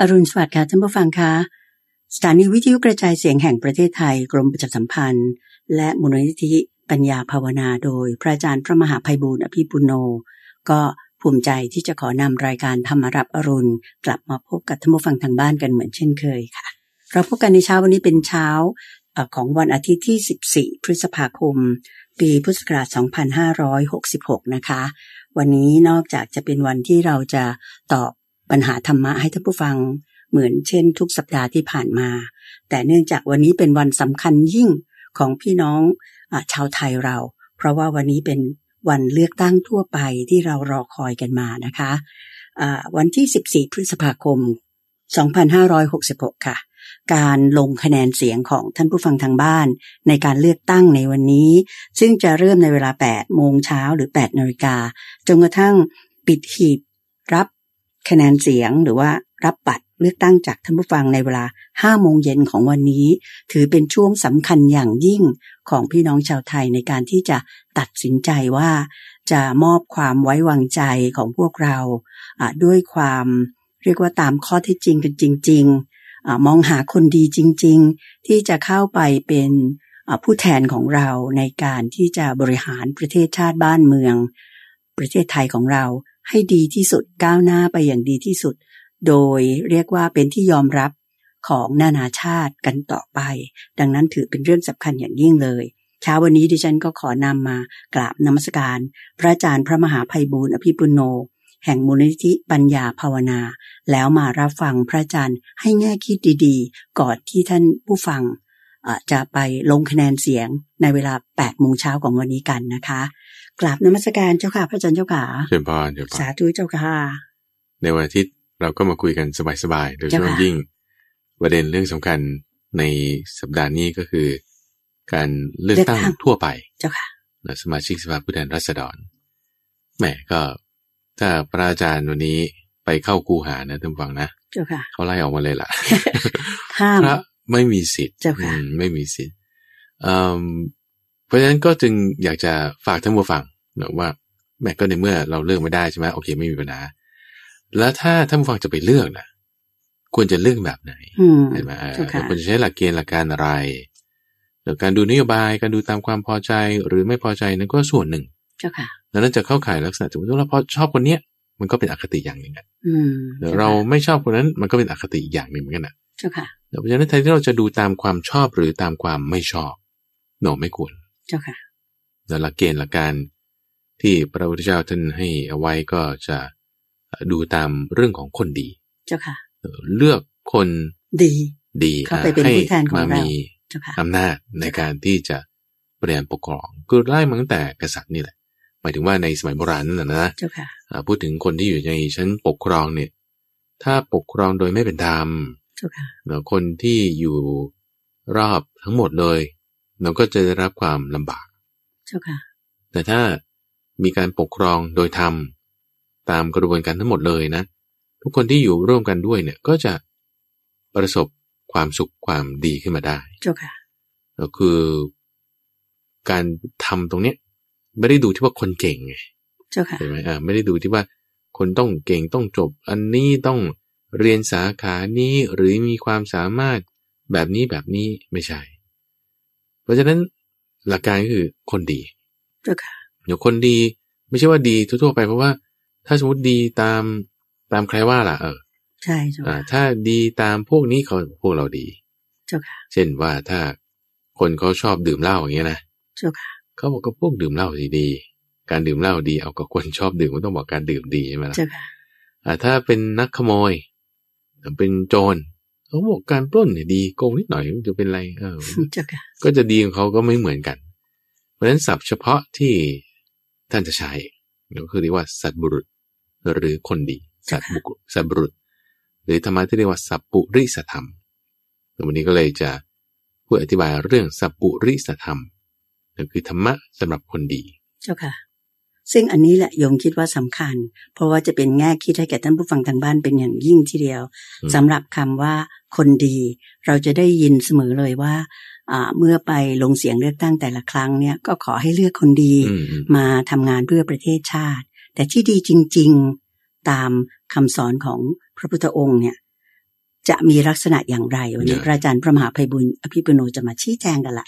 อรุณสวัสดิ์ค่ะท่านผู้ฟังคะสถานีวิทยุกระจายเสียงแห่งประเทศไทยกรมประชาสัมพันธ์ และมูลนิธิปัญญาภาวนาโดย พระอาจารย์พระมหาภัยบูร์อภิปุโน ก็ภูมิใจที่จะขอนำรายการธรรมรับอรุณ กลับมาพบกับท่านผู้ฟังทางบ้านกันเหมือนเช่นเคยค่ะ เราพบกันในเช้าวันนี้เป็นเช้าเอ่อของวันอาทิตย์ที่ 14 พฤษภาคม ปีพุทธศักราช 2566 นะคะ วันนี้นอกจากจะเป็นวันที่เราจะตอบปัญหาธรรมะให้ท่านผู้ฟังเหมือนเช่นทุกสัปดาห์ที่ผ่านมา แต่เนื่องจากวันนี้เป็นวันสำคัญยิ่งของพี่น้องอาชาวไทยเรา เพราะว่าวันนี้เป็นวันเลือกตั้งทั่วไปที่เรารอคอยกันมานะคะอ่าวันที่ 14 พฤษภาคม 2566 ค่ะ การลงคะแนนเสียงของท่านผู้ฟังทางบ้าน ในการเลือกตั้งในวันนี้ ซึ่งจะเริ่มในเวลา 8 โมงเช้าหรือ 8 นาฬิกา จนกระทั่งปิดหีบรับคะแนนเสียงหรือว่ารับบัตรเลือกตั้งจากท่านผู้ฟังในเวลา 5 โมงเย็นของวันนี้ ถือเป็นช่วงสำคัญอย่างยิ่งของพี่น้องชาวไทยในการที่จะตัดสินใจว่า จะมอบความไว้วางใจของพวกเราอ่ะด้วยความเรียกว่าตามข้อเท็จจริงกันจริงๆอ่ะมองหาคนดีจริง ๆ ที่จะเข้าไปเป็นอ่ะผู้แทนของเราในการที่จะบริหารประเทศชาติบ้านเมือง ประเทศไทยของเราให้ดีที่สุดก้าวหน้าไปอย่างดีที่สุด โดยเรียกว่าเป็นที่ยอมรับของนานาชาติกันต่อไป ดังนั้นถือเป็นเรื่องสำคัญอย่างยิ่งเลย เช้าวันนี้ดิฉันก็ขอนำมากราบนมัสการ พระอาจารย์พระมหาภัยบูร์อภิปุโน แห่งมูลนิธิปัญญาภาวนา แล้วมารับฟังพระอาจารย์ให้แง่คิดดีๆ ก่อนที่ท่านผู้ฟังเอ่อจะไปลงคะแนนเสียงในเวลา8โมงเช้าของวันนี้กันนะคะกราบนมัสการเจ้าค่ะพระอาจารย์เจ้าค่ะ เชิญพานเชิญพา สาน ธุเจ้าค่ะ ในวันอาทิตย์เราก็มาคุยกันสบายๆโดยเฉ เจ้า พาะ ค่ะ ยิ่ง ประเด็นเรื่องสำคัญในสัปดาห์นี้ก็คือ การเลือกตั้ง เลือกตั้ง ทั่วไป เจ้าค่ะ นะสมาชิกสภาผู้แทนราษฎรแหมก็ถ้าพระอาจารย์วันนี้ไปเข้าคูหานะท่านผู้ฟังนะ เจ้าค่ะ เขาไล่ออกมาเลยล่ะ ห้าม พระไม่มีสิทธิ์ เจ้าค่ะ อืมไม่มีสิทธิ์เอิ่มเพราะฉะนั้นก็จึงอยากจะฝากท่านผู้ฟังนะว่าแม้ก็ในเมื่อเราเลือกไม่ได้ใช่ไหมโอเคไม่มีปัญหาแล้วถ้าท่านผู้ฟังจะไปเลือกนะควรจะเลือกแบบไหน อืม ใช่ไหมเออ เจ้าค่ะ ควรจะใช้หลักเกณฑ์หลักการอะไรหรือการดูนโยบายการดูตามความพอใจหรือไม่พอใจนั่นก็ส่วนหนึ่ง เจ้าค่ะ ดังนั้นจะเข้าข่ายลักษณะถึงว่าเราพอชอบคนเนี้ยมันก็เป็นอคติอย่างหนึ่งอะ อืม เดี๋ยวเราไม่ชอบคนนั้นมันก็เป็นอคติอีกอย่างหนึ่งเหมือนกันอะ เจ้าค่ะ เพราะฉะนั้นแทนที่เราจะดูตามความชอบหรือตามความไม่ชอบโนไม่ควร เจ้าค่ะ แต่หลักเกณฑ์หลักการที่พระพุทธเจ้าท่านให้เอาไว้ก็จะดูตามเรื่องของคนดี เจ้าค่ะ เออเลือกคน ดี ดี เข้าไปเป็น ให้ ผู้แทนของ มา เรามี มี เจ้าค่ะ อำนาจในการที่จะเปลี่ยนปกครองคือไล่มาตั้งแต่กษัตริย์นี่แหละ หมายถึงว่าในสมัยโบราณนั่นแหละนะ เจ้าค่ะ อ่าพูดถึงคนที่อยู่ในชั้นปกครองเนี่ย ถ้าปกครองโดยไม่เป็นธรรม เจ้าค่ะ เนอะคนที่อยู่รอบทั้งหมดเลย เราก็จะได้รับความลำบาก เจ้าค่ะ แต่ถ้ามีการปกครองโดยธรรมตามกระบวนการทั้งหมดเลยนะ ทุกคนที่อยู่ร่วมกันด้วยเนี่ยก็จะประสบความสุขความดีขึ้นมาได้ เจ้าค่ะ ก็คือการทำตรงเนี้ยไม่ได้ดูที่ว่าคนเก่งไง เจ้าค่ะ ใช่ไหมอ่าไม่ได้ดูที่ว่าคนต้องเก่งต้องจบ อันนี้ต้องเรียนสาขานี้หรือมีความสามารถแบบนี้แบบนี้ไม่ใช่ เพราะฉะนั้นหลักการก็คือคนดี เจ้าค่ะ เดี๋ยวคนดีไม่ใช่ว่าดีทั่วๆไปเพราะว่าถ้าสมมติดีตามตามใครว่าล่ะเออ ใช่เจ้า อ่า ค่ะ ถ้าดีตามพวกนี้เขาพวกเราดี เจ้าค่ะ เช่นว่าถ้าคนเขาชอบดื่มเหล้าอย่างเงี้ยนะ เจ้าค่ะ เขาบอกก็พวกดื่มเหล้าดีๆการดื่มเหล้าดีเอาก็คนชอบดื่มก็ต้องบอกการดื่มดีใช่ไหมล่ะ เจ้าค่ะ อ่าถ้าเป็นนักขโมยหรือเป็นโจรเขาบอกการปล้นเนี่ยดีโกงนิดหน่อยมันจะเป็นไรเอ อ เจ้าค่ะ ก็จะดีของเขาก็ไม่เหมือนกัน เพราะฉะนั้นศัพท์เฉพาะที่ท่านจะใช้ก็คือเรียกว่าสัตบุรุษ หรือคนดีสัตบุรุษสัตบุรุษ หรือธรรมะที่เรียกว่าสัพปุริสธรรมแต่วันนี้ก็เลยจะพูดอธิบายเรื่องสัพปุริสธรรมก็คือธรรมะสำหรับคนดี เจ้าค่ะ ซึ่งอันนี้แหละโยมคิดว่าสำคัญ เพราะว่าจะเป็นแง่คิดให้แก่ท่านผู้ฟังทางบ้านเป็นอย่างยิ่งทีเดียว อืม สำหรับคำว่าคนดี เราจะได้ยินเสมอเลยว่าอ่าเมื่อไปลงเสียงเลือกตั้งแต่ละครั้งเนี่ยก็ขอให้เลือกคนดี อืมอืม มาทำงานเพื่อประเทศชาติ แต่ที่ดีจริง ๆ ตามคำสอนของพระพุทธองค์เนี่ย จะมีลักษณะอย่างไร วันนี้ ใช่ พระอาจารย์พระมหาไพบุญอภิปุโนจะมาชี้แจงกันละ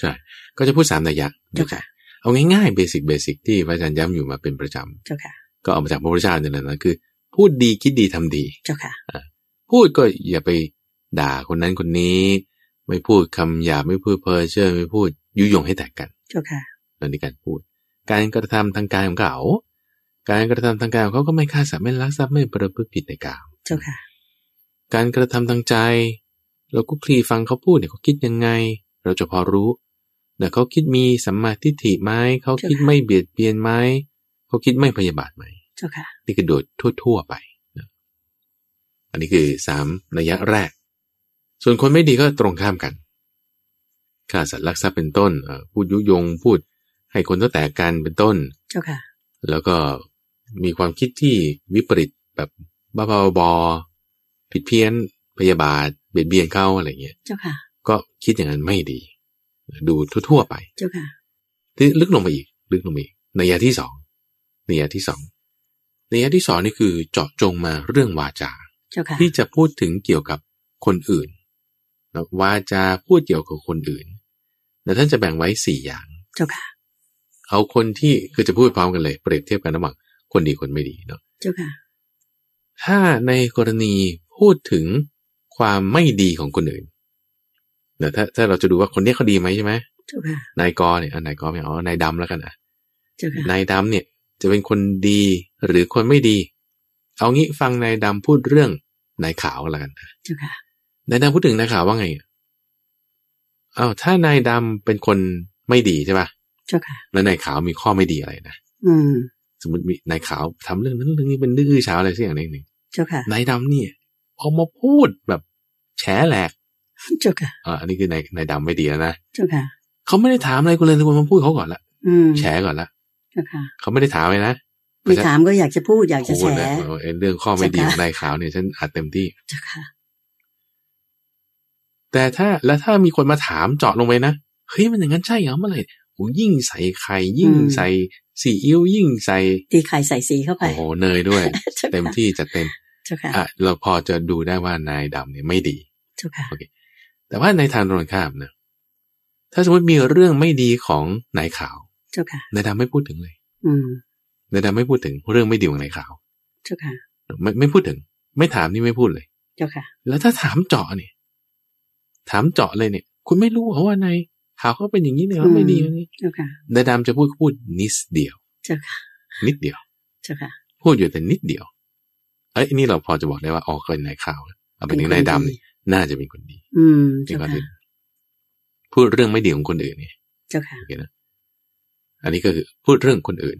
ก็จะพูดสามนัยยะ เจ้าค่ะ เอาง่ายๆเบสิกเบสิกที่พระอาจารย์ย้ำอยู่มาเป็นประจ เจ้าค่ะ ำก็เอามาจากพระพุทธเจ้าเนี่ยแหละนะคือ พูดดีคิดดีทำดี เจ้าค่ะ พูดก็อย่าไปด่าคนนั้นคนนี้ ไม่พูดคำหยาบไม่พูดเพ้อเจ้อไม่พูดยุยงให้แตกกัน เจ้าค่ะ นั่นคือการพูด การกระทำทางกายของเขา การกระทำทางกายของเขาก็ไม่ฆ่าสัตว์ไม่ลักทรัพย์ไม่ประพฤติผิดในกาม เจ้าค่ะ การกระทำทางใจ เราก็คลีฟังเขาพูดเนี่ยเขาคิดยังไง เราจะพอรู้แต่เขาคิดมีสัมมาทิฏฐิไหมเขาคิดไม่เบียดเบียนไหมเขาคิดไม่พยาบาทไหม เจ้าค่ะ นี่คือโดยทั่ว ๆ ไปนะอันนี้คือสามนัยยะแรก ส่วนคนไม่ดีก็ตรงข้ามกันฆ่าสัตว์ลักทรัพย์เป็นต้นเอ่อพูดยุยง พูดให้คนต้องแตกกันเป็นต้น เจ้าค่ะ แล้วก็มีความคิดที่วิปริตแบบบ้าๆบอๆผิดเพี้ยน พยาบาท เบียดเบียนเข้าอะไรเงี้ย เจ้าค่ะ ก็คิดอย่างนั้นไม่ดี ดูทั่ว ๆ ไป เจ้าค่ะ ที่ลึกลงไปอีก ลึกลงไปอีกนัยยะที่สองนัยยะที่สองนัยยะที่สองนี่คือเจาะจงมาเรื่องวาจา เจ้าค่ะ ที่จะพูดถึงเกี่ยวกับคนอื่นนะวาจาพูดเกี่ยวกับคนอื่นแล้วท่านจะแบ่งไว้สี่อย่าง เจ้าค่ะ เอาคนที่คือจะพูดพร้อมกันเลยเปรียบเทียบกันระหว่างคนดีคนไม่ดีเนาะ เจ้าค่ะ ถ้าในกรณีพูดถึงความไม่ดีของคนอื่นนะถ้าถ้าเราจะดูว่าคนเนี้ยเขาดีไหมใช่ไหม เจ้าค่ะ นายกอเนี่ยอ่ะนายกอไม่เอาเอานายดำแล้วกันอ่ะ เจ้าค่ะ นายดำเนี่ยจะเป็นคนดีหรือคนไม่ดี เอางี้ฟังนายดำพูดเรื่องนายขาวแล้วกันนะ เจ้าค่ะ นายดำพูดถึงนายขาวว่าไงอะอ้าวถ้านายดำเป็นคนไม่ดีใช่ป่ะ เจ้าค่ะ แล้วนายขาวมีข้อไม่ดีอะไรนะ อืม สมมติมีนายขาวทำเรื่องนั้นเรื่องนี้เป็นดื้อเช้าอะไรสักอย่างหนึ่ง เจ้าค่ะ นายดำเนี่ยเอามาพูดแบบแฉแหลก เจ้าค่ะ อ่าอันนี้คือนายนายดำไม่ดีแล้วนะ เจ้าค่ะ เขาไม่ได้ถามอะไรกูเลยทุกคนมาพูดเขาก่อนละ อืม แฉก่อนละ เจ้าค่ะ เขาไม่ได้ถามเลยนะ ไม่ถามก็อยากจะพูดอยากจะแฉ โอ้โหนะเออไอ้เรื่องข้อไม่ดี ใช่ค่ะของนายขาวเนี่ยฉันอัดเต็มที่ เจ้าค่ะ แต่ถ้าแล้วถ้ามีคนมาถามเจาะลงไปนะเฮ้ยมันอย่างนั้นใช่เหรอเมื่อไหร่โอ้ยิ่งใส่ไข่ยิ่ง อืม ใส่ซีอิ๊วยิ่งใส่ ตีไข่ใส่สีเข้าไป โอ้โหเนยด้วย เจ้าค่ะ เต็มที่จัดเต็ม เจ้าค่ะ อ่ะเราพอจะดูได้ว่านายดำเนี่ยไม่ดี เจ้าค่ะ แต่ว่าในทางตรงกันข้ามนะถ้าสมมติมีเรื่องไม่ดีของนายขาวน เจ้าค่ะ ายดำไม่พูดถึงเลย อืม นายดำไม่พูดถึงเรื่องไม่ดีของนายขาว เจ้าค่ะ ไม่ไม่พูดถึง ไม่ถามนี่ไม่พูดเลย เจ้าค่ะ แล้วถ้าถามเจาะเนี่ยถามเจาะเลยเนี่ย คุณไม่รู้เหรอว่าในข่าวเขาเป็นอย่างนี้เนี่ยเขาไม่ดีอย่างนี้ เจ้าค่ะ ดาดามจะพูดพูดนิดเดียว เจ้าค่ะ นิดเดียว เจ้าค่ะ พูดอยู่แต่นิดเดียว เอ้ยนี่เราพอจะบอกได้ว่าออกเป็นนายข่าวแล้วเอาเป็นนายดำนี่น่าจะเป็นคนดี อืม เป็น เจ้า คน ค่ะ ดีพูดเรื่องไม่ดีของคนอื่นเนี่ย เจ้าค่ะ โอเคนะอันนี้ก็คือพูดเรื่องคนอื่น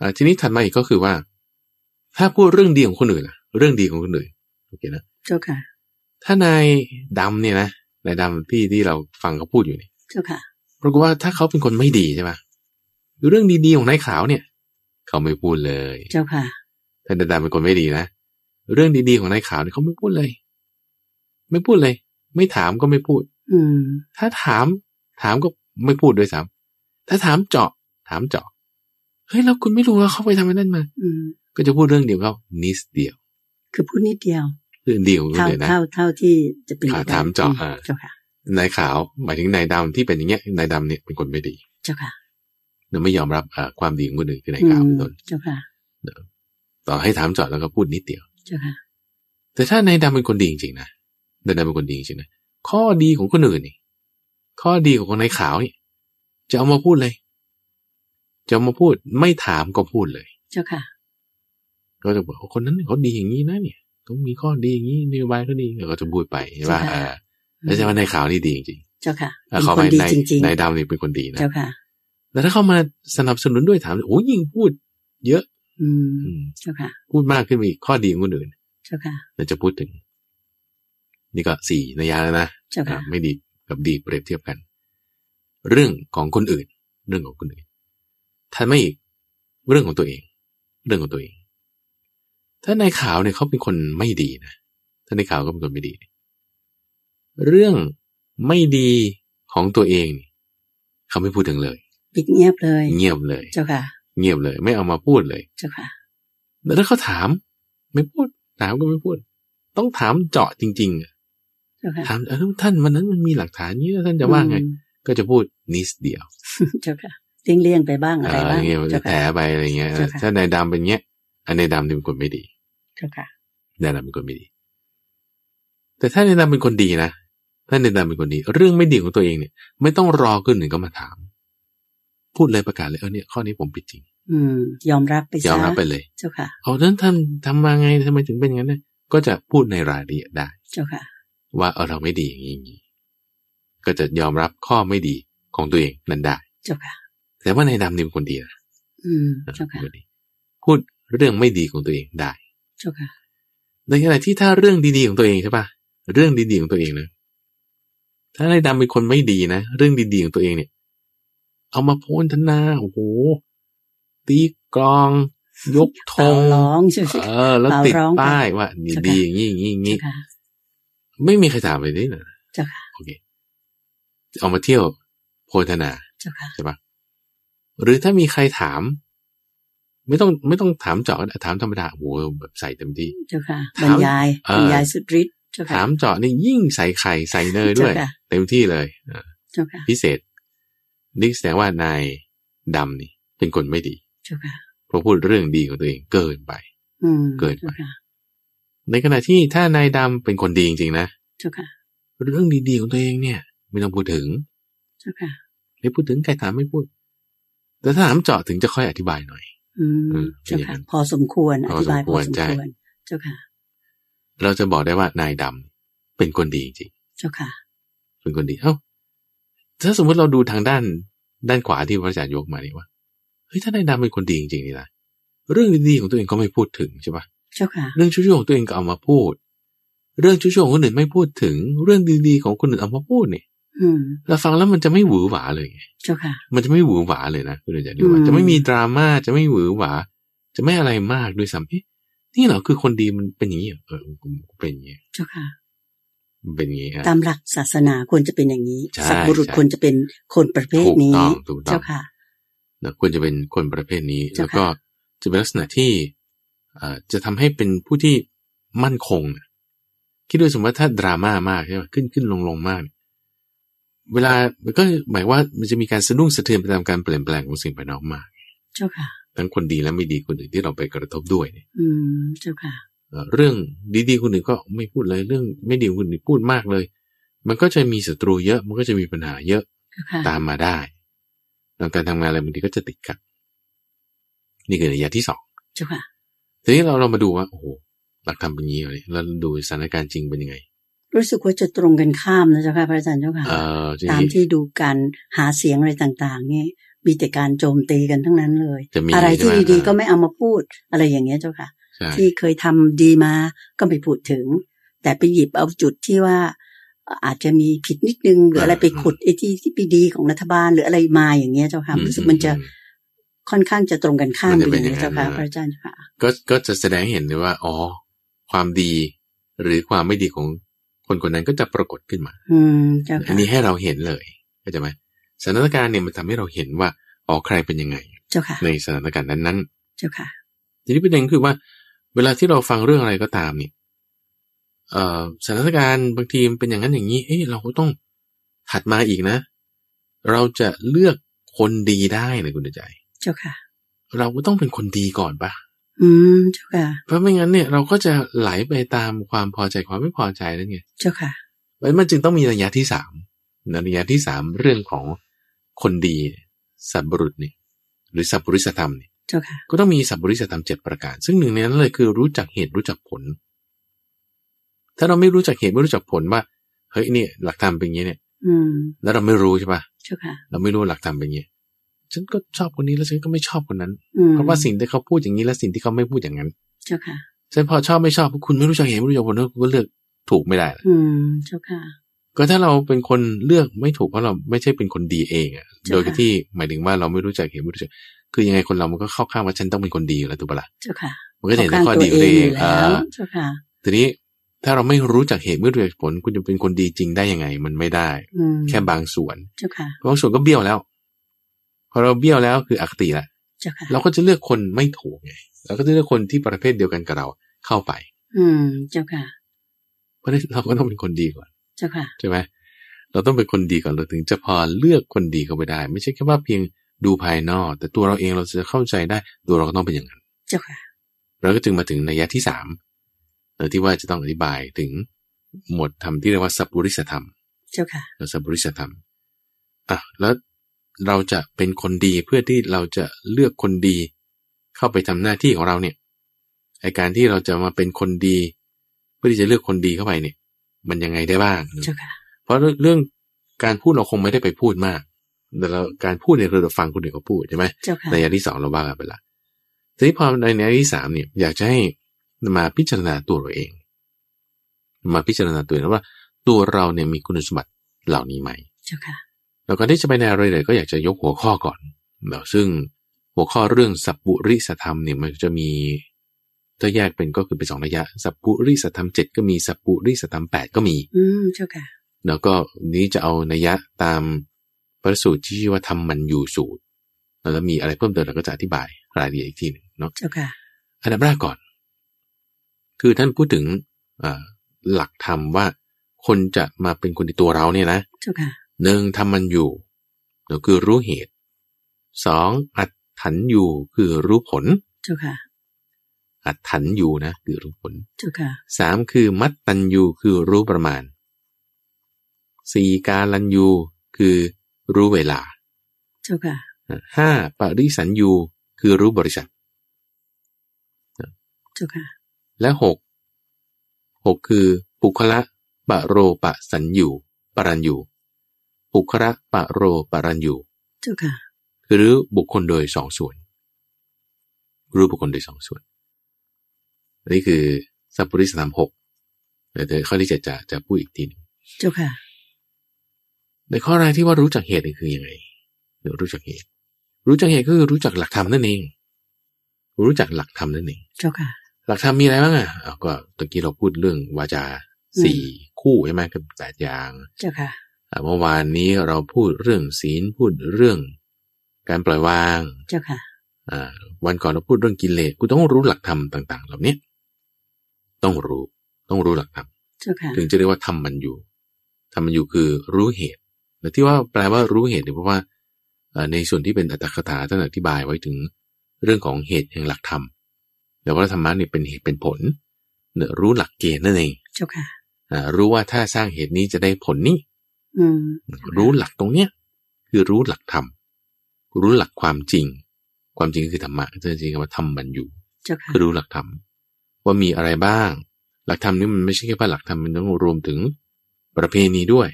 อ่าทีนี้ถัดมาอีกก็คือว่า ถ้าพูดเรื่องดีของคนอื่นล่ะ เรื่องดีของคนอื่นโอเคนะ เจ้าค่ะ ถ้านายดำเนี่ยนะนายดำที่ที่เราฟังเขาพูดอยู่เนี่ย เจ้าค่ะ ปรากฏว่าถ้าเขาเป็นคนไม่ดีใช่ปะเรื่องดีๆของนายขาวเนี่ย เขาไม่พูดเลย เจ้าค่ะ ถ้านายดำเป็นคนไม่ดีนะเรื่องดีๆของนายขาวเนี่ยเขาไม่พูดเลย ไม่พูดเลย ไม่ถามก็ไม่พูด อืม ถ้าถาม ถามก็ไม่พูดด้วยซ้ำถ้าถามเจาะ ถามเจาะเฮ้ยแล้วคุณไม่รู้ว่าเขาไปทำอะไรนั่นมา อืม ก็จะพูดเรื่องเดียวเขานิดเดียว คือพูดนิดเดียว เรื่องเดียวของคน เท่า อื่นนะ เท่าเท่าที่จะเป็นไป อ่า ได้ ถามเจาะอ่า เจ้าค่ะ นายขาวหมายถึงนายดำที่เป็นอย่างเงี้ยนายดำเนี่ยเป็นคนไม่ดี เจ้าค่ะ หรือไม่ยอมรับอ่าความดีของคนอื่นคือนายขาว อืมเป็นต้น เจ้าค่ะ ต่อให้ถามเจอดแล้วก็พูดนิดเดียว เจ้าค่ะ แต่ถ้านายดำเป็นคนดีจริงๆนะนายดำเป็นคนดีจริงๆนะข้อดีของคนอื่นนี่ข้อดีของคนนายขาวนี่จะเอามาพูดเลย จะเอามาพูดไม่ถามก็พูดเลย เจ้าค่ะ ก็จะบอกว่าคนนั้นเนี่ยเขาดีอย่างนี้นะเนี่ยต้องมีข้อดีอย่างนี้นโยบายเขาดีแล้วก็จะพูดไปใช่ปะ ใช่ค่ะ อ่าแล้วจะว่านายขาวนี่ดีจริง เจ้าค่ะ ๆอ่า เป็น ขอ คน ไป ดี นาย จริง นายดำนี่เป็นคนดี ๆ นะ เจ้าค่ะ แต่ถ้าเข้ามาสนับสนุนด้วยถามโอ้ยิ่งพูด เยอะ อืม อืม เจ้าค่ะ พูดมากขึ้นไปอีกข้อดีของคนอื่น เจ้าค่ะ เราจะพูดถึง นี่ก็สี่นัยยะแล้วนะ เจ้า อ่า ค่ะ ไม่ดีกับดีเปรียบเทียบกัน เรื่องของคนอื่น เรื่องของคนอื่นท่านไม่อีกเรื่องของตัวเอง เรื่องของตัวเอง ถ้านายขาวเนี่ยเขาเป็นคนไม่ดีนะถ้านายขาวก็เป็นคนไม่ดี เรื่องไม่ดีของตัวเองนี่เขาไม่พูดถึงเลย ปิดเงียบเลย เงียบเลย เจ้าค่ะ เงียบเลย ไม่เอามาพูดเลย เจ้าค่ะ แล้วถ้าเขาถาม ไม่พูดถามก็ไม่พูด ต้องถามเจาะจริง เจ้าค่ะ ๆ ถามเออท่านวันนั้นมันมีหลักฐานนี้แล้วท่านจะว่าไง อืม ก็จะพูดนิดเดียว เจ้าค่ะเลี่ยงเลี่ยงๆไปบ้างอะไร อะไร บ้าง เงี้ย เจ้า แถ ค่ะ ไปอะไรเงี้ย เจ้าค่ะ ถ้านายดำเป็นเงี้ย อันนายดำเนี่ยเป็นคนไม่ดี เจ้าค่ะ นายดำเป็นคนไม่ดี แต่ถ้านายดำเป็นคนดีนะถ้านายดำเป็นคนดี เรื่องไม่ดีของตัวเองเนี่ย ไม่ต้องรอขึ้นหนึ่งก็มาถาม พูดเลยประกาศเลยเออเนี่ยข้อนี้ผมผิดจริง อืม ยอมรับไป ยอ ซะ มรับไปเลย เจ้าค่ะ เอาแล้วท่านทำมาไงทำไมถึงเป็นอย่างนั้นเนี่ยก็จะพูดในรายละเอียดได้ เจ้าค่ะ ว่าเออเราไม่ดีอย่างนี้อย่างนี้ก็จะยอมรับข้อไม่ดีของตัวเองนั่นได้ เจ้าค่ะ แต่ว่านายดำนี่เป็นคนดีนะ อืม เจ้าค่ะ เป็นคนดีพูดเรื่องไม่ดีของตัวเองได้ เจ้าค่ะ ในขณะที่ถ้าเรื่องดีๆของตัวเองใช่ปะเรื่องดีๆของตัวเองนะถ้านายดำเป็นคนไม่ดีนะเรื่องดีๆของตัวเองเนี่ย เอามาโพนทนาโอ้โหตีกลอง ยกธ เป่าง ร้องใช่ไหม เออ แล้วติด เป่าร้องไป ป้ายว่านี่ เจ้าค่ะ ดีอย่างนี้อย่างนี้อย่างนี้ เจ้าค่ะ ไม่มีใครถามเลยนี่นะ เจ้าค่ะ โอเคเอามาเที่ยวโพธนา เจ้าค่ะ ใช่ปะหรือถ้ามีใครถาม ไม่ต้องไม่ต้องถามเจาะก็ได้ถามธรรมดาโอ้โหแบบใส่เต็มที่ เจ้าค่ะบ ถาร ม รยาย เออ บรรยายสุดฤทธิ์เจ้าค่ะ ถามเจาะนี่ยิ่งใส่ไข่ใส่เนยด้วย เจ้าค่ะ เต็มที่เลยอ่า เจ้าค่ะ พิเศษ นี่แสดงว่านายดำนี่ เป็นคนไม่ดี เจ้าค่ะ เพราะพูดเรื่องดีของตัวเองเกินไป อืม เกินไป จ้าค่ะ ในขณะที่ถ้านายดำเป็นคนดีจริงๆนะ เจ้าค่ะ เรื่องดีๆของตัวเองเนี่ย ไม่ต้องพูดถึง เจ้าค่ะ ไม่พูดถึงใครถามไม่พูด แต่ถ้าถามเจาะถึงจะค่อยอธิบายหน่อย อื อื ม ม เจ้า เป็นอย่างนั้ ค่ะ น พอสมควร อ พอ ธิ สม บายพ ค อ วร สม ใช่ ควร เจ้าค่ะ เราจะบอกได้ว่านายดำเป็นคนดีจริง เจ้าค่ะ ๆเป็นคนดีเอ้าถ้าสมมติเราดูทางด้านด้านขวาที่พระอาจารย์ยกมานี่ว่าเฮ้ยถ้านายดำเป็นคนดีจริงๆนี่นะเรื่องดีๆของตัวเองก็ไม่พูดถึงใช่ปะ เจ้าค่ะ เรื่องชั่วๆของตัวเองก็เอามาพูด เรื่องชั่วๆของคนอื่นไม่พูดถึง เรื่องดีๆของคนอื่นเอามาพูดเนี่ย อืม เราฟังแล้วมันจะไม่หวือหวาเลยไง เจ้าค่ะ มันจะไม่หวือหวาเลยนะคุณอาจารย์ยกมา อืม จะไม่มีดราม่าจะไม่หวือหวา จะไม่อะไรมากด้วยซ้ำเอ๊ะนี่เหรอคือคนดีมันเป็นอย่างนี้เหรอเออกูกูเป็นอย่างนี้ เจ้าค่ะ มันเป็นอย่างนี้อ่ะ ตามหลักศาสนาควรจะเป็นอย่างนี้ ใช่ สัตว์บุรุษ ใช่ ควรจะเป็นคนประเภทนี้ ถูกต้องถูกต้อง เจ้าค่ะ นะควรจะเป็นคนประเภทนี้ เจ้าค่ะ แล้วก็จะเป็นลักษณะที่เอ่อจะทำให้เป็นผู้ที่มั่นคงนะคิดดูสมมติว่าถ้าดราม่ามากใช่ไหมขึ้นขึ้นลงลงมาก เวลามันก็หมายว่ามันจะมีการสะดุ้งสะเทือนไปตามการเปลี่ยนแปลงของสิ่งภายนอกมาก เจ้าค่ะ ทั้งคนดีและไม่ดีคนอื่นที่เราไปกระทบด้วยเนี่ย อืม เจ้าค่ะ เอ่อเรื่องดีๆคนอื่นก็ไม่พูดเลยเรื่องไม่ดีคนอื่นพูดมากเลย มันก็จะมีศัตรูเยอะมันก็จะมีปัญหาเยอะ เจ้าค่ะ ตามมาได้แล้วการทำงานอะไรบางทีก็จะติดขัดนี่คือระยะที่สอง เจ้าค่ะ ทีนี้เราเรามาดูว่า โอ้โห หลักธรรมเป็นอย่างนี้เลยแล้วดูสถานการณ์จริงเป็นยังไง รู้สึกว่าจะตรงกันข้ามนะเจ้าค่ะพระอาจารย์เจ้าค่ะ เอ่อจริง ตามที่ดูการหาเสียงอะไรต่างๆ นี่มีแต่การโจมตีกันทั้งนั้นเลย จะมี อะไรที่ ใช่หม ดีๆก็ไม่เอามาพูดอะไรอย่างเงี้ยเจ้าค่ะ ใช่ ที่เคยทำดีมาก็ไม่พูดถึง แต่ไปหยิบเอาจุดที่ว่าเอ่ออาจจะมีผิดนิดนึงหรืออะไรไปขุดไอ้ที่ที่ไปดีของรัฐบาลหรืออะไรมาอย่างเงี้ยเจ้าค่ะ อื รู้สึกมันจะ อื ค่อนข้างจะตรงกันข้าม มัน ไป จะ อ เป็น ย่างเงี้ย อย่า เจ้าง นั้ ค่ะ น พระอาจารย์เจ้าค่ะ ก็ก็จะแสดงให้เห็นเลยว่า อ๋อ ความดี หรือความไม่ดีของคนคนนั้นก็จะปรากฏขึ้นมา อืมเจ้า อัน ค่ะ นี้ให้เราเห็นเลยเข้าใจไหมสถานการณ์เนี่ยมันทำให้เราเห็นว่าอ๋อใครเป็นยังไง เจ้าค่ะ ในสถานการณ์นั้นๆ เจ้าค่ะ ทีนี้ประเด็นคือว่า เวลาที่เราฟังเรื่องอะไรก็ตามเนี่ยเอ่อสถานการณ์บางทีมันเป็นอย่างนั้นอย่างนี้เอ้ยเราก็ต้องถัดมาอีกนะ เราจะเลือกคนดีได้นะคุณใจ เจ้าค่ะ เราก็ต้องเป็นคนดีก่อนปะ อืมเจ้าค่ะ เพราะไม่งั้นเนี่ยเราก็จะไหลไปตามความพอใจความไม่พอใจนั่นไง เจ้าค่ะ มันมันจึงต้องมีระยะที่สามนะระยะที่สามเรื่องของคนดีเนี่ยสัตว์บุรุษเนี่ยหรือสัพพุริสธรรมเนี่ย เจ้าค่ะ ก็ต้องมีสัพปริสธรรมเจ็ดประการ ซึ่งหนึ่งในนั้นเลยคือรู้จักเหตุรู้จักผล ถ้าเราไม่รู้จักเหตุไม่รู้จักผลว่าเฮ้ยเนี่ยหลักธรรมเป็นอย่างนี้เนี่ย อืม แล้วเราไม่รู้ใช่ปะ เจ้าค่ะ เราไม่รู้หลักธรรมเป็นอย่างนี้ฉันก็ชอบคนนี้แล้วฉันก็ไม่ชอบคนนั้น อืม เพราะว่าสิ่งที่เขาพูดอย่างนี้และสิ่งที่เขาไม่พูดอย่างนั้น เจ้าค่ะ ฉันพอชอบไม่ชอบคุณไม่รู้จักเหตุไม่รู้จักผลคุณก็เลือกถูกไม่ได้ล่ะ อืมเจ้าค่ะ ก็ถ้าเราเป็นคนเลือกไม่ถูกเพราะเราไม่ใช่เป็นคนดีเองอะ เจ้าค่ะ โดยที่หมายถึงว่าเราไม่รู้จักเหตุไม่รู้จักคือยังไงคนเรามันก็เข้าข้างว่าฉันต้องเป็นคนดีอยู่แล้วถูกปะล่ะ เจ้าค่ะ มันก็จะเห็นได้ ข้าง ข้อ ตัว ดีของ เอ ตังวอง ยู่เออ่ แล้ว า เจ้าค่ะ ทีนี้ถ้าเราไม่รู้จักเหตุไม่รู้จักผลคุณจะเป็นคนดีจริงได้ยังไง มันไม่ได้ อืม แค่บางส่วน เจ้าค่ะ บางส่วนก็เบี้ยวแล้ว พอเราเบี้ยวแล้วคืออคติละ เจ้าค่ะ เราก็จะเลือกคนไม่ถูกไงเราก็จะเลือกคนที่ประเภทเดียวกันกับเราเข้าไป อืม เจ้าค่ะ เพราะฉะนั้น เราก็ต้องเป็นคนดีก่อน เจ้าค่ะ ใช่ไหมเราต้องเป็นคนดีก่อนเราถึงจะพอเลือกคนดีเข้าไปได้ ไม่ใช่แค่ว่าเพียงดูภายนอก แต่ตัวเราเองเราจะเข้าใจได้ตัวเราก็ต้องเป็นอย่างนั้น เจ้าค่ะ เราก็จึงมาถึงนัยยะที่สามเออที่ว่าจะต้องอธิบายถึงหมวดธรรมที่เรียกว่าสัพพุริสธรรม เจ้าค่ะ เราสัมปริสธรรมอ่ะแล้วเราจะเป็นคนดีเพื่อที่เราจะเลือกคนดี เข้าไปทำหน้าที่ของเราเนี่ยไอการที่เราจะมาเป็นคนดี เพื่อที่จะเลือกคนดีเข้าไปเนี่ย มันยังไงได้บ้าง เจ้าค่ะ เพราะเรื่องการพูดเราคงไม่ได้ไปพูดมาก แต่เราการพูดเนี่ยเราจะฟังคนอื่นเขาพูดใช่ไหม เจ้าค่ะ ในยะที่สองเราว่ากันไปละทีนี้พอในยะที่สามเนี่ย อยากจะให้มาพิจารณาตัวเราเอง มาพิจารณาตัวเองว่า ตัวเราเนี่ยมีคุณสมบัติเหล่านี้ไหม เจ้าค่ะ แล้วก่อนที่จะไปในรายละเอียดก็อยากจะยกหัวข้อก่อนเนาะซึ่งหัวข้อเรื่องสัพปุริสธรรมเนี่ยมันจะมีถ้าแยกเป็นก็คือเป็นสองระยะ สัพปุริสธรรมเจ็ดก็มีสัพปุริสธรรมแปดก็มี อืม เจ้าค่ะ แล้วก็นี้จะเอานัยยะตามพระสูตรที่ชื่อว่าธรรมมันอยู่สูตร แล้วมีอะไรเพิ่มเติมเราก็จะอธิบายรายละเอียดอีกทีหนึ่งเนาะ เจ้าค่ะ อันดับแรกก่อน คือท่านพูดถึงเอ่อหลักธรรมว่าคนจะมาเป็นคนในตัวเราเนี่ยนะ เจ้าค่ะ หนึ่งทำมันอยู่ก็คือรู้เหตุสองอัดถันอยู่คือรู้ผล เจ้าค่ะ อัดถันอยู่นะคือรู้ผล เจ้าค่ะ สามคือมัดตันอยู่คือรู้ประมาณสี่การลันอยู่คือรู้เวลา เจ้าค่ะ ห้าปริสันอยู่คือรู้บริษัท เจ้าค่ะ และหกหกคือปุคละปะโรปะสันอยู่ปรันอยู่ปุคละปะโรปรันอยู่ เจ้าค่ะ คือรู้บุคคลโดยสองส่วน รู้บุคคลโดยสองส่วน อันนี้คือสัพพุริสธรรมหกเดี๋ยวเดี๋ยวข้อที่เจ็ดจะจะพูดอีกทีหนึง เจ้าค่ะ ในข้อแรกที่ว่ารู้จักเหตุนี่คือยังไงเดี๋ยวรู้จักเหตุ รู้จักเหตุก็คือรู้จักหลักธรรมนั่นเอง รู้จักหลักธรรมนั่นเอง เจ้าค่ะ หลักธรรมมีอะไรบ้างอ่ะเอาก็ตะกี้เราพูดเรื่องวาจาสี่คู่ใช่ไหมกับแปดอย่าง เจ้าค่ะ อ่ะเมื่อวานนี้เราพูดเรื่องศีลพูดเรื่อง การปล่อยวาง เจ้าค่ะ อ่าวันก่อนเราพูดเรื่องกิเลสกูต้องรู้หลักธรรมต่าง ๆ เหล่านี้ต้องรู้ต้องรู้หลักธรรม เจ้าค่ะ ถึงจะเรียกว่าธรรมมันอยู่ธรรมมันอยู่คือรู้เหตุแต่ที่ว่าแปลว่ารู้เหตุเนี่ยเพราะว่าเอ่อในส่วนที่เป็นอัตถคถาท่านอธิบายไว้ถึงเรื่องของเหตุแห่งหลักธรรมแต่ว่าธรรมะเนี่ยเป็นเหตุเป็นผลเนี่ยรู้หลักเกณฑ์นั่นเอง เจ้าค่ะ อ่ารู้ว่าถ้าสร้างเหตุนี้จะได้ผลนี้ อืม รู้หลักตรงเนี้ยคือรู้หลักธรรม รู้หลักความจริง ความจริงก็คือธรรมะจริงๆคำว่าธรรมมันอยู่ เจ้าค่ะ คือรู้หลักธรรม ว่ามีอะไรบ้าง หลักธรรมนี่มันไม่ใช่แค่ว่าหลักธรรมมันต้องรวมถึงประเพณีด้วย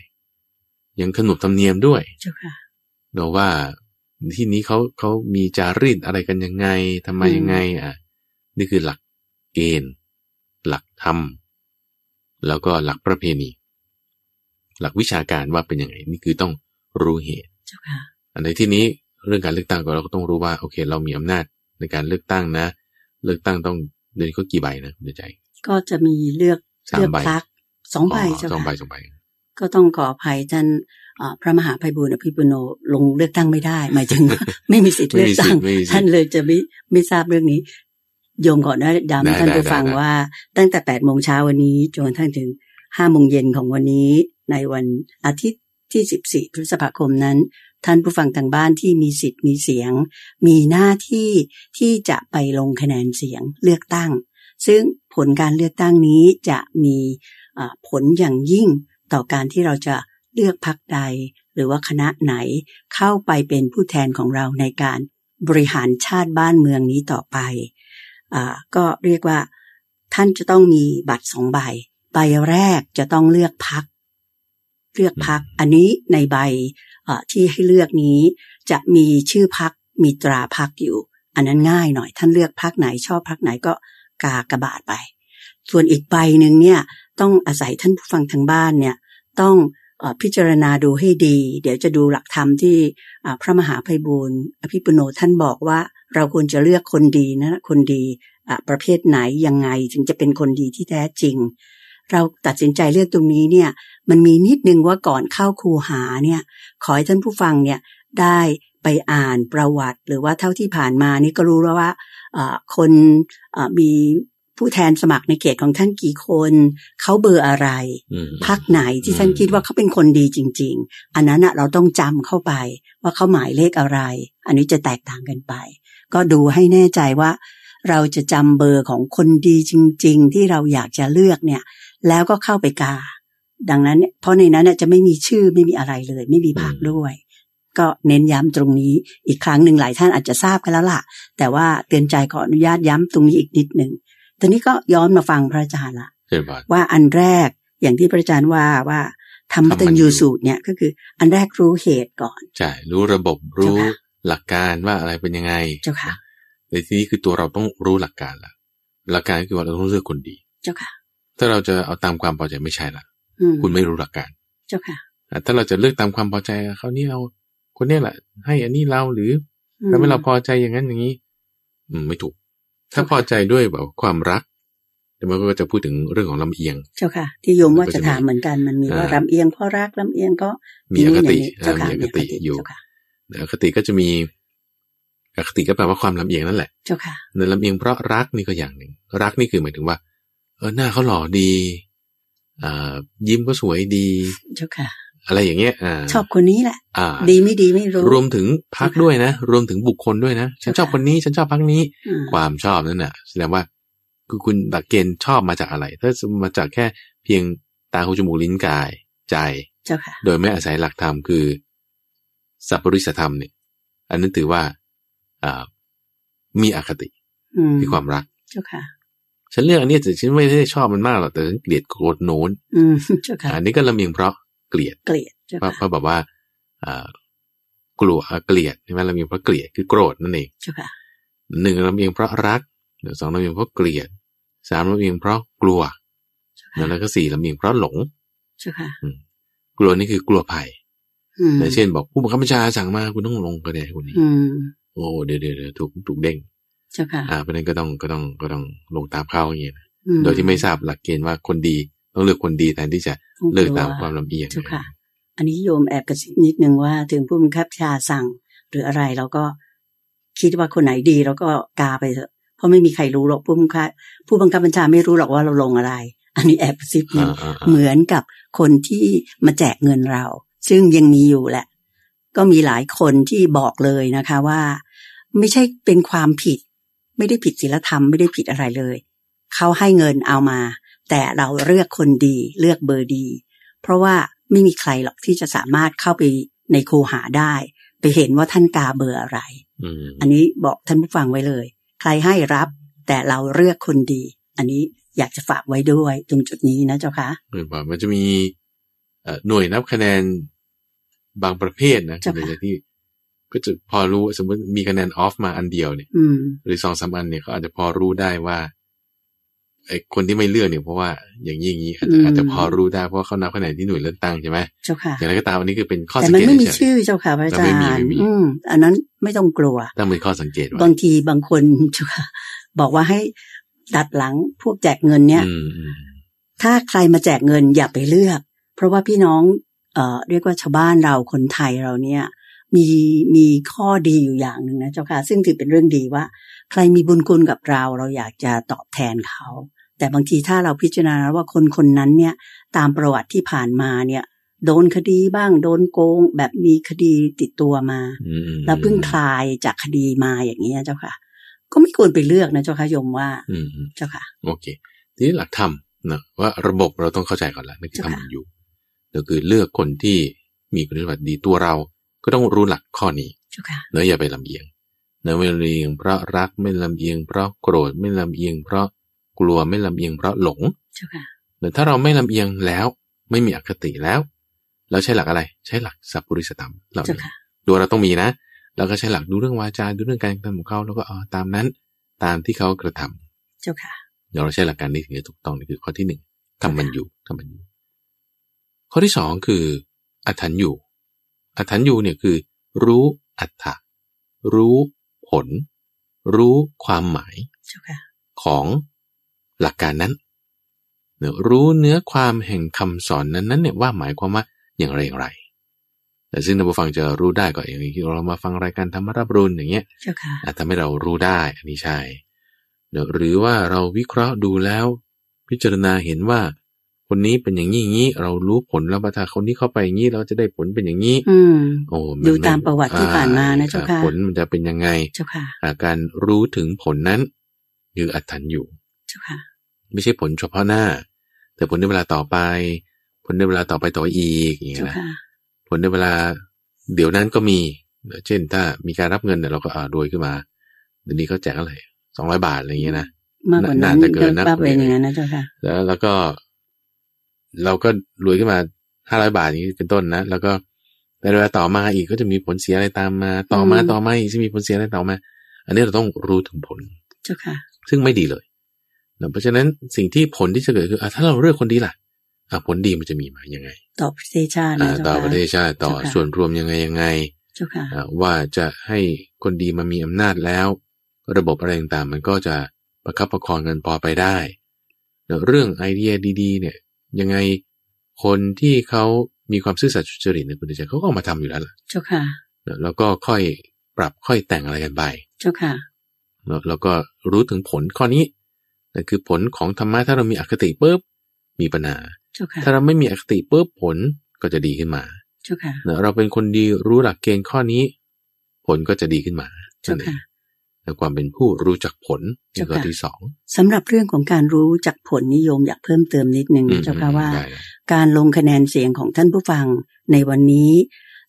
ยังขนบธรรมเนียมด้วย เจ้าค่ะ เราว่าที่นี้เขาเขามีจารีตอะไรกันยังไงทำไมยังไงอ่ะนี่คือหลักเกณฑ์ หลักธรรม แล้วก็หลักประเพณี หลักวิชาการว่าเป็นยังไง นี่คือต้องรู้เหตุ เจ้าค่ะ อันในที่นี้เรื่องการเลือกตั้งก็เราก็ต้องรู้ว่าโอเค เรามีอำนาจในการเลือกตั้งนะ เลือกตั้งต้องเดือนก็กี่ใบนะคุณใจ ก็จะมีเลือก สาม เลืก ใบ พักสองใบ อ๋อ เจ้า สองใบ ค่ะ สองใบ ก็ต้องขออภัยท่านเอ่อพระมหาภัยบูลย์อภิปุโนลงเลือกตั้งไม่ได้ หมายถึงว่า ไม่มีสิทธิ์ ไม่ เลือก มี ตั้ สิ ง ทธิ์ไม่มีสิ ท่า ท น ธิ์ เลยจะไม่ไม่ทราบเรื่องนี้ โยมขอแนะ ได้ นำท่านผู้ ได้ ฟัง ได้ ว่าตั้งแต่ 8 โมงเช้าวันนี้จนกระทั่งถึง 5 โมงเย็นของวันนี้ ในวันอาทิตย์ที่ 14 พฤษภาคมนั้น ท่านผู้ฟังทางบ้านที่มีสิทธิ์มีเสียง มีหน้าที่ที่จะไปลงคะแนนเสียงเลือกตั้ง ซึ่งผลการเลือกตั้งนี้จะมีเอ่อผลอย่างยิ่งต่อการที่เราจะเลือกพักใด หรือว่าคณะไหนเข้าไปเป็นผู้แทนของเราในการบริหารชาติบ้านเมืองนี้ต่อไปอ่าก็เรียกว่า ท่านจะต้องมีบัตรสองใบ ใบแรกจะต้องเลือกพัก เลือกพัก อันนี้ในใบเอ่อที่ให้เลือกนี้ จะมีชื่อพักมีตราพักอยู่ อันนั้นง่ายหน่อย ท่านเลือกพักไหนชอบพักไหนก็กากระบาดไป ส่วนอีกใบหนึ่งเนี่ยต้องอาศัยท่านผู้ฟังทางบ้านเนี่ยต้องเออพิจารณาดูให้ดี เดี๋ยวจะดูหลักธรรมที่อ่าพระมหาภัยบูลย์อภิปุโนท่านบอกว่าเราควรจะเลือกคนดีนะคนดีอ่ะประเภทไหนยังไงถึงจะเป็นคนดีที่แท้จริง เราตัดสินใจเลือกตรงนี้เนี่ยมันมีนิดนึงว่าก่อนเข้าคูหาเนี่ยขอให้ท่านผู้ฟังเนี่ยได้ไปอ่านประวัติ หรือว่าเท่าที่ผ่านมานี่ก็รู้แล้วว่า เอ่อคนเอ่อมี ผู้แทนสมัครในเขตของท่านกี่คน เขาเบอร์อะไร อืม พักไหนที่ท่านคิดว่าเขาเป็นคนดีจริง ๆ อันนั้นน่ะเราต้องจำเข้าไป ว่าเขาหมายเลขอะไร อันนี้จะแตกต่างกันไป ก็ดูให้แน่ใจว่า เราจะจำเบอร์ของคนดีจริง ๆ ที่เราอยากจะเลือกเนี่ย แล้วก็เข้าไปกา ดังนั้นเนี่ยเพราะในนั้นน่ะจะไม่มีชื่อไม่มีอะไรเลย ไม่มีพัก อืม ด้วย ก็เน้นย้ำตรงนี้อีกครั้งหนึ่งหลายท่านอาจจะทราบกันแล้วล่ะ แต่ว่าเตือนใจขออนุญาตย้ำตรงนี้อีกนิดหนึ่งตอนนี้ก็ย้อนมาฟังพระอาจารย์ละ เกิดบาด ว่าอันแรกอย่างที่พระอาจารย์ว่าว่าธรรม ธรรม ตัญญู ยู สูตรเนี่ยก็คือ อันแรกรู้เหตุก่อน ใช่รู้ระบบรู้ เจ้าค่ะ หลักการว่าอะไรเป็นยังไง เจ้าค่ะ ในที่นี้คือตัวเราต้องรู้หลักการละหลักการก็คือว่าเราต้องเลือกคนดี เจ้าค่ะ ถ้าเราจะเอาตามความพอใจไม่ใช่ละ อืม คุณไม่รู้หลักการ เจ้าค่ะ อ่ะถ้าเราจะเลือกตามความพอใจเขาเนี่ยเอาคนเนี้ยแหละให้อันนี้เราหรือ ม ทำให้เราพอใจอย่างนั้นอย่างนี้ อืมไม่ถูก ถ้า ถูก พอใจด้วยแบบความรักแต่มันก็จะพูดถึงเรื่องของลำเอียง เจ้าค่ะ ที่โยมว่า มันก็ จะ จะ ถามเหมือนกันมันมี อ่า ว่าลำเอียงเพราะรักลำเอียงก็ มีอคติ ย่างนี้ อ่า เจ้าค่ะ มีอคติอยู่ เจ้าค่ะ นะอคติก็จะมีอคติก็แปลว่าความลำเอียงนั่นแหละ เจ้าค่ะ ในลำเอียงเพราะรักนี่ก็อย่างหนึ่ง รักนี่คือหมายถึงว่า เออหน้าเขาหล่อดีอ่ายิ้มก็สวยดี เจ้าค่ะ อะไรอย่างเงี้ยอ่า ชอบคนนี้แหละ อ่า ดีไม่ดีไม่รู้ รวมถึงพักด้วยนะ รวมถึงบุคคลด้วยนะฉันชอบคนนี้ฉันชอบพักนี้ อ่า ความชอบนั่นน่ะแสดงว่าคือคุณหลักเกณฑ์ชอบมาจากอะไร ถ้ามาจากแค่เพียงตาหูจมูกลิ้นกายใจ เจ้าค่ะ โดยไม่อาศัยหลักธรรมคือ สัพปริสธรรมเนี่ย อันนั้นถือว่าอ่ามีอคติ อืม มีความรัก เจ้าค่ะ ฉันเลือกอันเนี้ยแต่ฉันไม่ได้ชอบมันมากหรอกแต่ฉันเกลียดโกรธโน้น อืมเจ้าค่ะ อันนี้ก็ละเมียงเพราะเกลียด เกลียดเจ้า เพราะ ค่ะ เพราะแบบว่าอ่ากลัวอ่าเกลียดใช่ไหมละเมียงเพราะเกลียดคือโกรธนั่นเอง เจ้าค่ะ หนึ่งลำเอียงเพราะรักสองลำเอียงเพราะเกลียดสามลำเอียงเพราะกลัวแล้วก็สี่ลำเอียงเพราะหลง เจ้าค่ะ กลัวนี่คือกลัวภัย อืม นะเช่นบอกผู้บังคับบัญชาสั่งมาคุณต้องลงกระแดคนนี้ อืม โอ้เดี๋ยวเดี๋ยวเดี๋ยวถูกถูกเด้ง เจ้าค่ะ อ่าเพราะฉะนั้นก็ต้องก็ต้องก็ต้องลงตามเขาอย่างเงี้ยนะ อื โดยที่ไม่ทราบหลักเกณฑ์ว่าคนดีต้องเลือกคนดีแทนที่จะ ต้อง เลือก ลัว ตามความลำเอียง เจ้าค่ะ อันนี้โยมแอบกระซิบนิดนึงว่าถึงผู้บังคับบัญชาสั่ง หรืออะไรเราก็คิดว่าคนไหนดีเราก็กาไปเถอะเพราะไม่มีใครรู้หรอกผู้บังคับผู้บังคับบัญชาไม่รู้หรอกว่าเราลงอะไร อันนี้แอบกระซิบนิด อ่าอ่าอ่า เหมือนกับคนที่มาแจกเงินเรา ซึ่งยังมีอยู่แหละ ก็มีหลายคนที่บอกเลยนะคะว่า ไม่ใช่เป็นความผิด ไม่ได้ผิดศีลธรรมไม่ได้ผิดอะไรเลย เขาให้เงินเอามา แต่เราเลือกคนดีเลือกเบอร์ดี เพราะว่าไม่มีใครหรอกที่จะสามารถเข้าไปในคูหาได้ ไปเห็นว่าท่านกาเบอร์อะไร อืม อันนี้บอกท่านผู้ฟังไว้เลย ใครให้รับ แต่เราเลือกคนดี อันนี้อยากจะฝากไว้ด้วยตรงจุดนี้นะเจ้าค่ะ หรือว่ามันจะมีเอ่อหน่วยนับคะแนนบางประเภทนะ เจ้าค่ะ ในที่ ก็จะพอรู้สมมติมีคะแนนออฟมาอันเดียวเนี่ย อืม หรือสองสามอันเนี่ยเขาอาจจะพอรู้ได้ว่าไอ้คนที่ไม่เลือกเนี่ยเพราะว่าอย่างนี้อย่างนี้อาจจะ อืม อาจจะพอรู้ได้เพราะเขานับคะแนนที่หน่วยเลือกตั้งใช่ไหม เจ้าค่ะ อย่างไรก็ตามอันนี้คือเป็นข้อ แต่ สัง มัน เกต ไม่มี เฉย ชื่อเจ้าค่ะพระอาจาร แต่ไม่มีไม่ ย์ มี อืมอันนั้นไม่ต้องกลัว ๆตั้งเป็นข้อสังเกตไว้ บางทีบางคนเจ้าค่ะ บอกว่าให้ดัดหลังพวกแจกเงินเนี่ย อืมอืม ถ้าใครมาแจกเงินอย่าไปเลือก เพราะว่าพี่น้องเอ่อเรียกว่าชาวบ้านเราคนไทยเราเนี่ย มีมีข้อดีอยู่อย่างหนึ่งนะเจ้าค่ะ ซึ่งถือเป็นเรื่องดีว่า ใครมีบุญคุณกับเราเราอยากจะตอบแทนเขา แต่บางทีถ้าเราพิจารณาว่าคนคนนั้นเนี่ย ตามประวัติที่ผ่านมาเนี่ย โดนคดีบ้างโดนโกง แบบมีคดีติดตัวมา อืมอืม แล้วเพิ่งคลายจากคดีมาอย่างนี้ยเจ้าค่ะ ก็ไม่ควรไปเลือกนะเจ้าค่ะโยมว่า อืมอืม เจ้าค่ะ โอเค ทีนี้หลักธรรมนะว่าระบบเราต้องเข้าใจก่อนละนั่นคือธรรมอยู่ก็คือเลือกคนที่มีคุณสมบัติดีตัวเรา ก็ต้องรู้หลักข้อนี้ เจ้าค่ะ เนื้อะอย่าไปลำเอียงเนื้อะไม่ลำเอียงเพราะรักไม่ลำเอียงเพราะโกรธไม่ลำเอียงเพราะกลัวไม่ลำเอียงเพราะหลง เจ้าค่ะ เนื้อะถ้าเราไม่ลำเอียงแล้วไม่มีอคติแล้ว เราใช้หลักอะไร ใช้หลักสัพพุริสธรรมเรา เจ้าค่ะ ตัวเราต้องมีนะเราก็ใช้หลักดูเรื่องวาจาดูเรื่องการกระทำของเขาแล้วก็เอาตามนั้นตามที่เขากระทำ เจ้าค่ะ เดี๋ยวเราใช้หลักการนี้ถึงจะถูกต้องนี่คือข้อที่หนึ่งทำมันอยู่ทำมันอยู่ ข้อที่สองคือ อัฏฐันอยู่อัฏฐันอยู่เนี่ยคือ รู้อัฏฐะรู้ผล รู้ความหมาย เจ้าค่ะ ของหลักการนั้นเนอะรู้เนื้อความแห่งคำสอนนั้นนั้นๆเนี่ยว่าหมายความว่าอย่างไรอย่างไร แต่ซึ่งท่านผู้ฟังจะรู้ได้ก็อย่างที่เรามาฟังรายการธรรมรับรุนอย่างเงี้ย เจ้าค่ะ อาจทำให้เรารู้ได้ อันนี้ใช่ นะหรือว่าเราวิเคราะห์ดูแล้ว พิจารณาเห็นว่า คนนี้เป็นอย่างนี้อย่างนี้ เรารู้ผลแล้วว่าถ้าคนนี้เข้าไปอย่างนี้เราจะได้ผลเป็นอย่างนี้ อืม โอ้น ดูตามประวัติที่ผ่านมานะ อ่ เจ้าค่ะ ผลมันจะเป็นยังไง เจ้าค่ะ อ่าการรู้ถึงผลนั้นคืออัตถันอยู่ เจ้าค่ะ ไม่ใช่ผลเฉพาะหน้า แต่ผลในเวลาต่อไป ผลในเวลาต่อไปต่ออีกอย่างเงี้ เจ้าย นะ ค่ะ ผลในเวลาเดี๋ยวนั้นก็มี เช่นถ้ามีการรับเงินเนี่ยเราก็อ่ารวยขึ้นมาเดี๋ยวนี้เขาแจกอะไรสองร้อยบาทอะไรอย่างเงี้ยนะ มากกว่านั้น น่าจะเกินนะ ป้าเป็นอย่างนั้นนะเจ้าค่ะ แล้วแล้วก็ เราก็รวยขึ้นมาห้าร้อยบาทอย่างนี้เป็นต้นนะ แล้วก็ในเวลาต่อมาอีกก็จะมีผลเสียอะไรตามมา ต่อมา อืม ต่อมาอีกจะมีผลเสียอะไรต่อมา อันนี้เราต้องรู้ถึงผล เจ้าค่ะ ซึ่งไม่ดีเลยนะเพราะฉะนั้นสิ่งที่ผลที่จะเกิดคืออ่ะถ้าเราเลือกคนดีล่ะอ่ะผลดีมันจะมีมายังไง ตอบประเทศชาตินะ อ่ะ เจ้า ต่อ ค่ะ ประเทศชาติต่อ เจ้าค่ะ ส่วนรวมยังไงยังไง เจ้าค่ะ อ่ะว่าจะให้คนดีมามีอำนาจแล้ว ระบบอะไรต่างๆมันก็จะประคับประคองกันพอไปได้นะเรื่องไอเดียดีๆ เนี่ย ยังไงคนที่เขามีความซื่อสัตย์สุจริตในคุณใจเขาก็เอามาทำอยู่แล้วล่ะ เจ้าค่ะ นะแล้วก็ค่อยปรับค่อยแต่งอะไรกันไป เจ้าค่ะ แล้วเราก็รู้ถึงผลข้อนี้นั่นคือผลของธรรมะถ้าเรามีอคติปุ๊บมีปัญหา เจ้าค่ะ ถ้าเราไม่มีอคติปุ๊บผลก็จะดีขึ้นมา เจ้าค่ะ เนอะเราเป็นคนดีรู้หลักเกณฑ์ข้อนี้ ผลก็จะดีขึ้นมา เจ้า นั่นเอ ค่ะ งแต่ความเป็นผู้รู้จักผลในข้อที่สอง สำหรับเรื่องของการรู้จักผลนิยมอยากเพิ่มเติมนิดนึง อืม นะเจ้าค่ะว่า ได้เลย การลงคะแนนเสียงของท่านผู้ฟังในวันนี้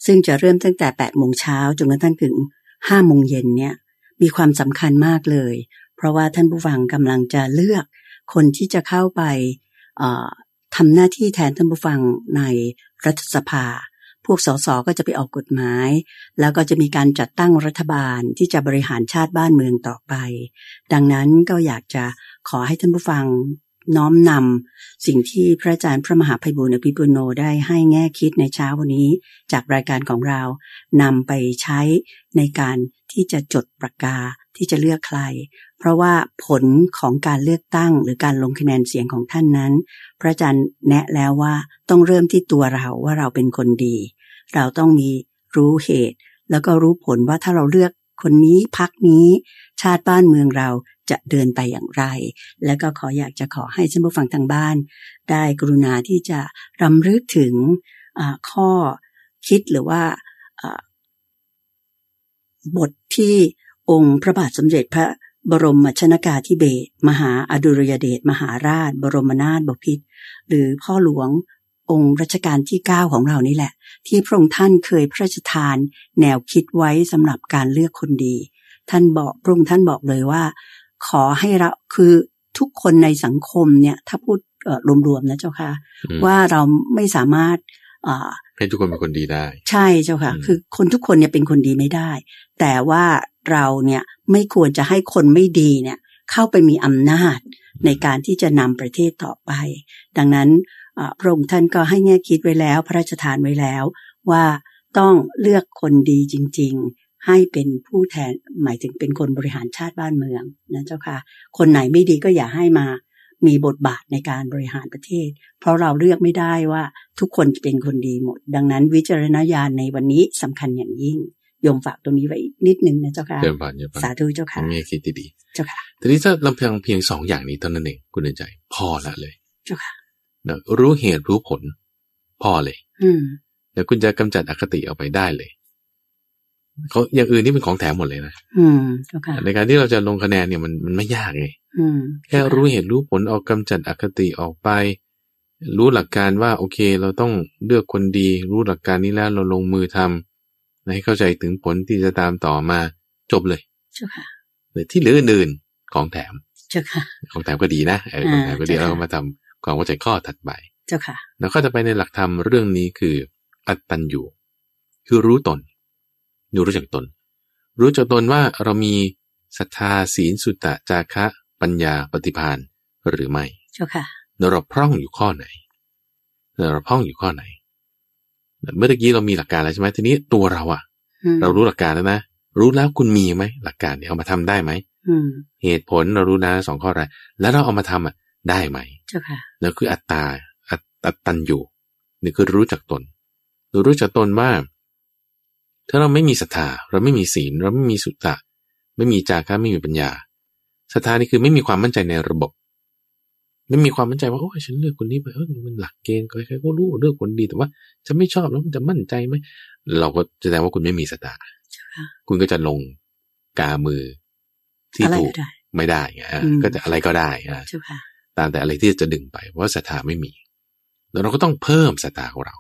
ซึ่งจะเริ่มตั้งแต่ 8 โมงเช้าจนกระทั่งถึง 5 โมงเย็นเนี่ย มีความสำคัญมากเลย เพราะว่าท่านผู้ฟังกำลังจะเลือกคนที่จะเข้าไปเอ่อทำหน้าที่แทนท่านผู้ฟังในรัฐสภา พวกสสก็จะไปออกกฎหมาย แล้วก็จะมีการจัดตั้งรัฐบาลที่จะบริหารชาติบ้านเมืองต่อไป ดังนั้นก็อยากจะขอให้ท่านผู้ฟังน้อมนำ สิ่งที่พระอาจารย์พระมหาไพบูลย์อภิปุโนได้ให้แง่คิดในเช้าวันนี้ จากรายการของเรานำไปใช้ในการที่จะจดปากกาที่จะเลือกใคร เพราะว่าผลของการเลือกตั้ง หรือการลงคะแนนเสียงของท่านนั้น พระอาจารย์แนะแล้วว่าต้องเริ่มที่ตัวเราว่าเราเป็นคนดี เราต้องมีรู้เหตุ แล้วก็รู้ผลว่าถ้าเราเลือกคนนี้พักนี้ ชาติบ้านเมืองเราจะเดินไปอย่างไร และก็ขออยากจะขอให้ท่านผู้ฟังทางบ้าน ได้กรุณาที่จะรำลึกถึงอ่าข้อคิดหรือว่าอ่าบทที่องค์พระบาทสมเด็จพระบรมชนกาธิเบศรมหาอดุลยเดชมหาราช บรมนาถบพิตรหรือพ่อหลวงองค์รัชกาลที่ 9 ของเรานี่แหละ ที่พระองค์ท่านเคยพระราชทาน แนวคิดไว้สำหรับการเลือกคนดี ท่านบอกพระองค์ท่านบอกเลยว่า ขอให้เราคือทุกคนในสังคมเนี่ย ถ้าพูดเอ่อรวมๆนะเจ้าค่ะ อืม ว่าเราไม่สามารถเอ่อ ให้ทุกคนเป็นคนดีได้ ใช่เจ้าค่ะ อืม คือคนทุกคนเนี่ยเป็นคนดีไม่ได้ แต่ว่าเราเนี่ยไม่ควรจะให้คนไม่ดีเนี่ย เข้าไปมีอำนาจในการที่จะนำประเทศต่อไป ดังนั้นเอ่อพระองค์ท่านก็ให้แง่คิดไว้แล้ว พระราชทานไว้แล้ว ว่าต้องเลือกคนดีจริง ๆ ให้เป็นผู้แทนหมายถึงเป็นคนบริหารชาติบ้านเมืองนะเจ้าค่ะ คนไหนไม่ดีก็อย่าให้มามีบทบาทในการบริหารประเทศ เพราะเราเลือกไม่ได้ว่าทุกคนจะเป็นคนดีหมด ดังนั้นวิจารณญาณในวันนี้สำคัญอย่างยิ่งโยมฝากตรงนี้ไว้อีกนิดนึงนะเจ้าค่ะ เดินผ่านเดินผ่าน สาธุเจ้าค่ะ มีให้คิดดีๆ เจ้าค่ะ ทีนี้ถ้าเราเพียงเพียงสองอย่างนี้เท่านั้นเองคุณเดินใจ พอละเลย เจ้าค่ะ เนอะรู้เหตุรู้ผล พอเลย อืม เดี๋ยวคุณจะกำจัดอคติออกไปได้เลยเขาอย่างอื่นนี่เป็นของแถมหมดเลยนะ อืมเจ้าค่ะ ในการที่เราจะลงคะแนนเนี่ยมันมันไม่ยากไง อืม แค่รู้เหตุรู้ผลเออกกำจัดอคติออกไป รู้หลักการว่าโอเค เราต้องเลือกคนดี รู้หลักการนี้แล้วเราลงมือทำให้เข้าใจถึงผลที่จะตามต่อมาจบเลย เจ้าค่ะ หรือที่เหลืออื่นๆของแถม เจ้าค่ะ ของแถมก็ดีนะเออของแถมก็ดี อ่าใช่ค่ะ เรามาทำความเข้าใจข้อถัดไป เจ้าค่ะ แล้วก็จะไปในหลักธรรมเรื่องนี้คืออัตตัญญูคือรู้ตนอยู่รู้จักตน รู้จักตนว่าเรามีศรัทธาศีลสุตตะจาคะ ปัญญาปฏิภาณหรือไม่ เจ้าค่ะ เราพร่องอยู่ข้อไหน เราพร่องอยู่ข้อไหน เมื่อตะกี้เรามีหลักการแล้วใช่ไหมทีนี้ตัวเราอะ อืม เรารู้หลักการแล้วนะรู้แล้วคุณมีไหมหลักการเนี่ยเอามาทำได้ไหม อืม เหตุผลเรารู้นะสองข้อแรกแล้วเราเอามาทำอะได้ไหม เจ้าค่ะ แล้วคืออัตตาอัตอัตตันอยู่นี่คือรู้จักตนเรารู้จักตนว่า ถ้าเราไม่มีศรัทธาเราไม่มีศีล เราไม่มีสุตตะ ไม่มีจาระไม่มีปัญญา ศรัทธานี่คือไม่มีความมั่นใจในระบบ ไม่มีความมั่นใจว่าโอ้ยฉันเลือกคนนี้ไปเออมันหลักเกณฑ์ใครๆก็รู้เลือกคนดีแต่ว่าฉันไม่ชอบแล้วมันจะมั่นใจไหมเราก็แสดงว่าคุณไม่มีศรัทธาคุณก็จะลงกามือที่ อะไร ถูก ก็ได้ ไม่ได้ไงอ่ะ อืม ก็จะอะไรก็ได้อ่ะ เจ้าค่ะ ตามแต่อะไรที่จะดึงไปเพราะว่าศรัทธาไม่มี แล้วเราก็ต้องเพิ่มศรัทธาของเรา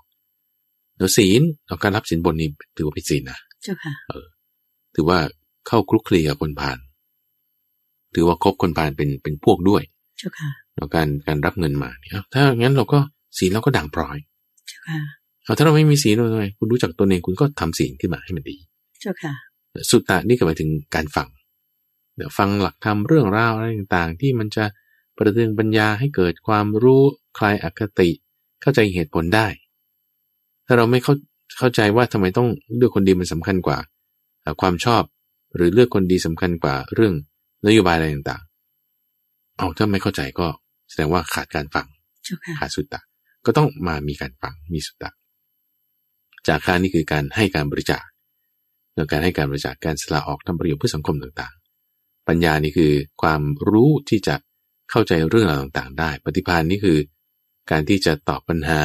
เดี๋ยวศีลเอาการรับศีลบนนี้ถือว่าผิดศีลนะ เจ้าค่ะ ถือว่าเข้าคลุกคลีกับคนผ่าน ถือว่าคบคนผ่านเป็นเป็นพวกด้วย เจ้าค่ะ แล้วการการรับเงินมาเนี่ยอ้าวถ้างั้นเราก็ศีลเราก็ด่างพร้อย เจ้าค่ะ เอาถ้าเราไม่มีศีลเราทำไมคุณรู้จักตัวเองคุณก็ทำศีลขึ้นมาให้มันดี เจ้าค่ะ สุตตะนี่ก็หมายถึงการฟังเดี๋ยวฟังหลักธรรมเรื่องราวอะไรต่างๆ ที่มันจะประดึงปัญญาให้เกิดความรู้คลายอคติ เข้าใจเหตุผลได้ ถ้าเราไม่เข้าเข้าใจว่าทำไมต้องเลือกคนดีมันสำคัญกว่าเอ่อความชอบหรือเลือกคนดีสำคัญกว่าเรื่องนโยบายอะไรต่างๆ เอาถ้าไม่เข้าใจก็แสดงว่าขาดการฟัง เจ้าค่ะ ขาดสุตตะก็ต้องมามีการฟังมีสุตตะ จากค่านี่คือการให้การบริจาคโดยการให้การบริจาคการสละออกทำประโยชน์เพื่อสังคมต่างๆ ปัญญานี่คือความรู้ที่จะเข้าใจเรื่องราวต่างๆ ได้ ปฏิภาณนี่คือ การที่จะตอบปัญหา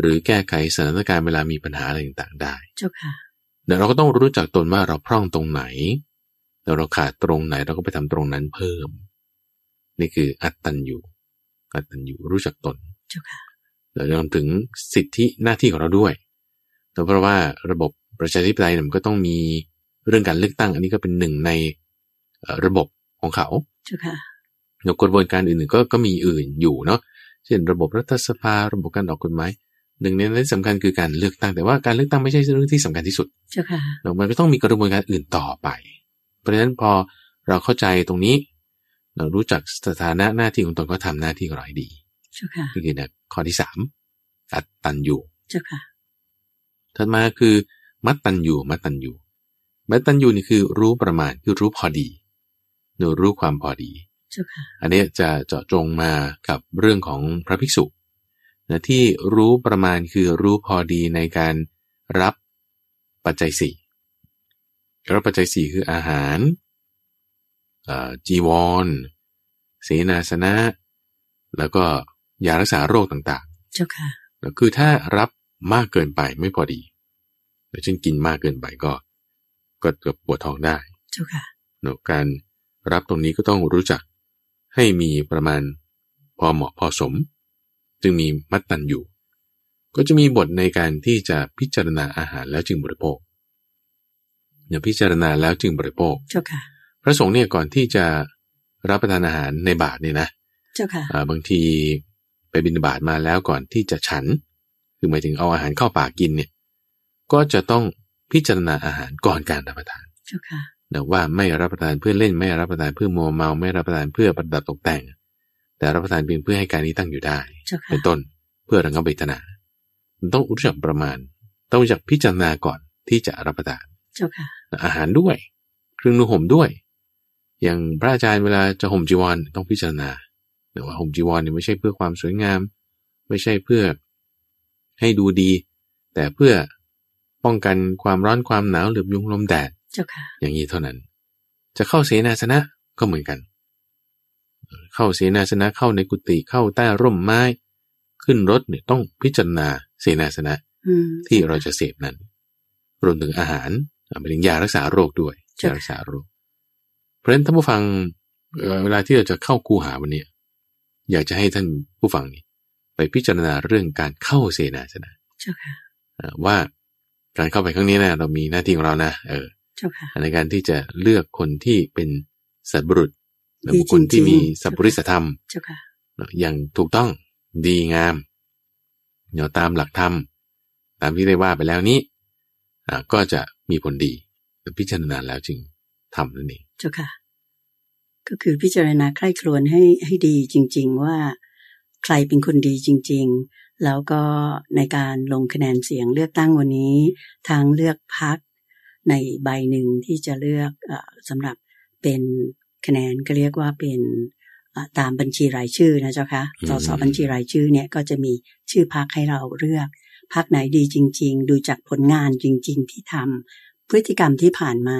หรือแก้ไขสถานการณ์เวลามีปัญหาอะไรต่างๆได้ เจ้าค่ะ เดี๋ยวเราก็ต้องรู้จักตนว่าเราพร่องตรงไหนเดี๋ยวเราขาดตรงไหนเราก็ไปทำตรงนั้นเพิ่ม นี่คืออัตตันอยู่อัตตันอยู่รู้จักตน เจ้าค่ะ เราจะรวมถึงสิทธิหน้าที่ของเราด้วยแต่เพราะว่าระบบประชาธิปไตยเนี่ยมันก็ต้องมีเรื่องการเลือกตั้ง อันนี้ก็เป็นหนึ่งในเอ่อระบบของเขา เจ้าค่ะ แล้วกระบวนการอื่นๆก็ก็มีอื่นอยู่เนาะ เช่นระบบรัฐสภา ระบบการออกกฎหมาย หนึ่งในนั้นสำคัญคือการเลือกตั้ง แต่ว่าการเลือกตั้งไม่ใช่เรื่องที่สำคัญที่สุด เจ้าค่ะ แล้วมันก็ต้องมีกระบวนการอื่นต่อไป เพราะฉะนั้นพอเราเข้าใจตรงนี้ เรารู้จักสถานะหน้าที่ของตนก็ทำหน้าที่ของเราให้ดี เจ้าค่ะ นี่คือนะข้อที่สามอัตตันอยู่ เจ้าค่ะ ถัดมาคือมัตตันยูมัตตันยูมัตตันยูนี่คือรู้ประมาณคือรู้พอดีหรือรู้ความพอดี เจ้าค่ะ อันนี้จะเจาะจงมากับเรื่องของพระภิกษุนะที่รู้ประมาณคือรู้พอดีในการรับปัจจัยสี่รับปัจจัยสี่คืออาหารเอ่อจีวรเสนาสนะ แล้วก็ยารักษาโรคต่าง เจ้าค่ะ ๆ คือถ้ารับมากเกินไปไม่พอดีแล้วเช่นกินมากเกินไปก็ ก็เกือบปวดท้องได้ เจ้าค่ะ เนอะการรับตรงนี้ก็ต้องรู้จักให้มีประมาณพอเหมาะพอสม จึงมีมัตตันอยู่ ก็จะมีบทในการที่จะพิจารณาอาหารแล้วจึงบริโภคอย่าพิจารณาแล้วจึงบริโภค เจ้าค่ะ พระสงฆ์เนี่ยก่อนที่จะรับประทานอาหารในบาทเนี่ยนะ เจ้าค่ะ อ่าบางทีไปบิณฑบาตมาแล้วก่อนที่จะฉัน คือหมายถึงเอาอาหารเข้าปากกินเนี่ยก็จะต้องพิจารณาอาหารก่อนการรับประทาน เจ้าค่ะ นะว่าไม่รับประทานเพื่อเล่นไม่รับประทานเพื่อมัวเมาไม่รับประทานเพื่อประดับตกแต่ง แต่รับประทานเพียงเพื่อให้การนี้ตั้งอยู่ได้ เจ้าค่ะ เป็นต้นเพื่อระงับเวทนามันต้องรู้จักประมาณ ต้องรู้จักพิจารณาก่อนที่จะรับประทาน เจ้าค่ะ อาหารด้วย เครื่องนุ่งห่มด้วย อย่างพระอาจารย์เวลาจะห่มจีวรต้องพิจารณาแต่ว่าห่มจีวรเนี่ยไม่ใช่เพื่อความสวยงาม ไม่ใช่เพื่อให้ดูดี แต่เพื่อป้องกันความร้อนความหนาวหรือยุงลมแดด เจ้าค่ะ อย่างนี้เท่านั้น จะเข้าเสนาสนะก็เหมือนกัน เข้าเสนาสนะเข้าในกุฏิเข้าใต้ร่มไม้ ขึ้นรถเนี่ยต้องพิจารณาเสนาสนะ อืม ที่เราจะเสพนั้น รวมถึงอาหารอ่ะหมายถึงยารักษาโรคด้วย ใช่ ยารักษาโรค เพราะฉะนั้นท่านผู้ฟังเอ่อเวลาที่เราจะเข้าคูหาวันเนี้ยอยากจะให้ท่านผู้ฟังนี่ไปพิจารณาเรื่องการเข้าเสนาสนะ เจ้าค่ะ อ่ะว่าการเข้าไปครั้งนี้นะเรามีหน้าที่ของเรานะเออ เจ้าค่ะ ในการที่จะเลือกคนที่เป็นสัตบุรุษหรือ ดี บุคคลจริที่งๆ มีสัพพุริสธรรม เจ้าค่ะ เนอะอย่างถูกต้องดีงามเนาะตามหลักธรรม ตามที่ได้ว่าไปแล้วนี้อ่ะก็จะมีผลดีพิจารณาแล้วจึงทำนั่นเอง เจ้าค่ะ ก็คือพิจารณาใคร่ครวญให้ให้ดีจริง ๆ ว่าใครเป็นคนดีจริง ๆ แล้วก็ในการลงคะแนนเสียงเลือกตั้งวันนี้ทางเลือกพักในใบหนึ่งที่จะเลือกเออสำหรับเป็นคะแนนก็เรียกว่าเป็นเอ่อตามบัญชีรายชื่อนะเจ้าค่ะสสบัญชีรายชื่อเนี่ยก็จะมีชื่อพักให้เราเลือกพักไหนดีจริง ๆ ดูจากผลงานจริง ๆ ที่ทำพฤติกรรมที่ผ่านมา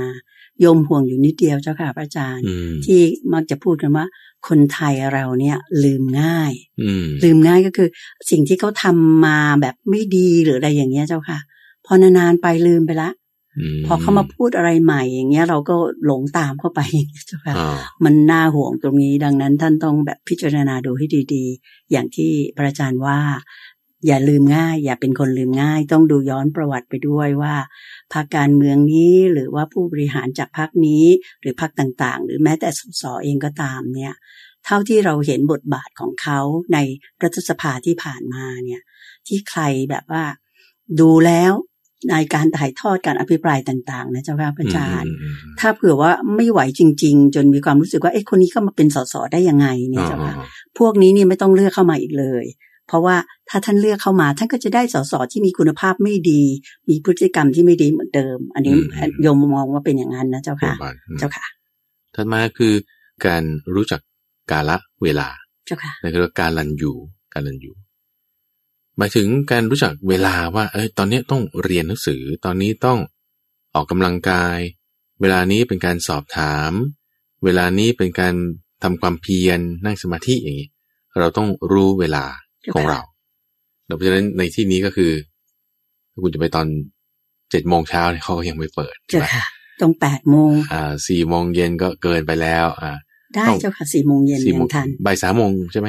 ยมห่วงอยู่นิดเดียวเจ้าค่ะพระอาจารย์ อืม ที่มักจะพูดกันว่า คนไทยเราเนี่ยลืมง่าย อืม ลืมง่ายก็คือ สิ่งที่เขาทำมาแบบไม่ดีหรืออะไรอย่างเงี้ยเจ้าค่ะ พอนานๆไปลืมไปละ ม พอเขามาพูดอะไรใหม่อย่างเงี้ย เราก็หลงตามเข้าไปอย่างเงี้ยเจ้าค่ะ อ่า มันน่าห่วงตรงนี้ดังนั้นท่านต้องแบบพิจารณาดูให้ดีๆ อย่างที่พระอาจารย์ว่า อย่าลืมง่าย อย่าเป็นคนลืมง่าย ต้องดูย้อนประวัติไปด้วยว่าพรรคการเมืองนี้หรือว่าผู้บริหารจากพรรคนี้ หรือพรรคต่างๆ หรือแม้แต่สสเองก็ตามเนี่ย เท่าที่เราเห็นบทบาทของเขาในรัฐสภาที่ผ่านมาเนี่ย ที่ใครแบบว่า ดูแล้วในการถ่ายทอดการอภิปรายต่างๆนะเจ้าค่ะพระอาจารย์ อืม ถ้าเผื่อว่าไม่ไหวจริง ๆ จนมีความรู้สึกว่าเอ๊ะคนนี้เข้ามาเป็นสสได้ยังไง อืม เนี่ย อ่า เจ้า อ่า ค่ะพวกนี้เนี่ยไม่ต้องเลือกเข้ามาอีกเลย เพราะว่าถ้าท่านเลือกเข้ามา ท่านก็จะได้สสที่มีคุณภาพไม่ดี มีพฤติกรรมที่ไม่ดีเหมือนเดิม อันนี้โยมมองว่าเป็นอย่างนั้นนะเจ้า อ่า ค่ะ บาลอืม เจ้าค่ะ ถัดมาคือการรู้จักกาละเวลา เจ้าค่ะ นั่นคือการลันยูการลันยูหมายถึงการรู้จักเวลาว่า เอ้ยตอนนี้ต้องเรียนหนังสือ ตอนนี้ต้องออกกำลังกาย เวลานี้เป็นการสอบถาม เวลานี้เป็นการทำความเพียรนั่งสมาธิอย่างนี้ เราต้องรู้เวลาของเราเพราะฉะนั้นในที่นี้ก็คือถ้าคุณจะไปตอนเจ็ดโมงเช้าเนี่ยเขาก็ยังไม่เปิด เจ้า ใช่ไหม ค่ะ ตรงแปดโมง อ่าสี่โมงเย็นก็เกินไปแล้ว อ่า ได้เจ้าค่ะสี่โมงเย็น สี่ ยั โมง งทัน บ่ายสามโมงใช่ไหม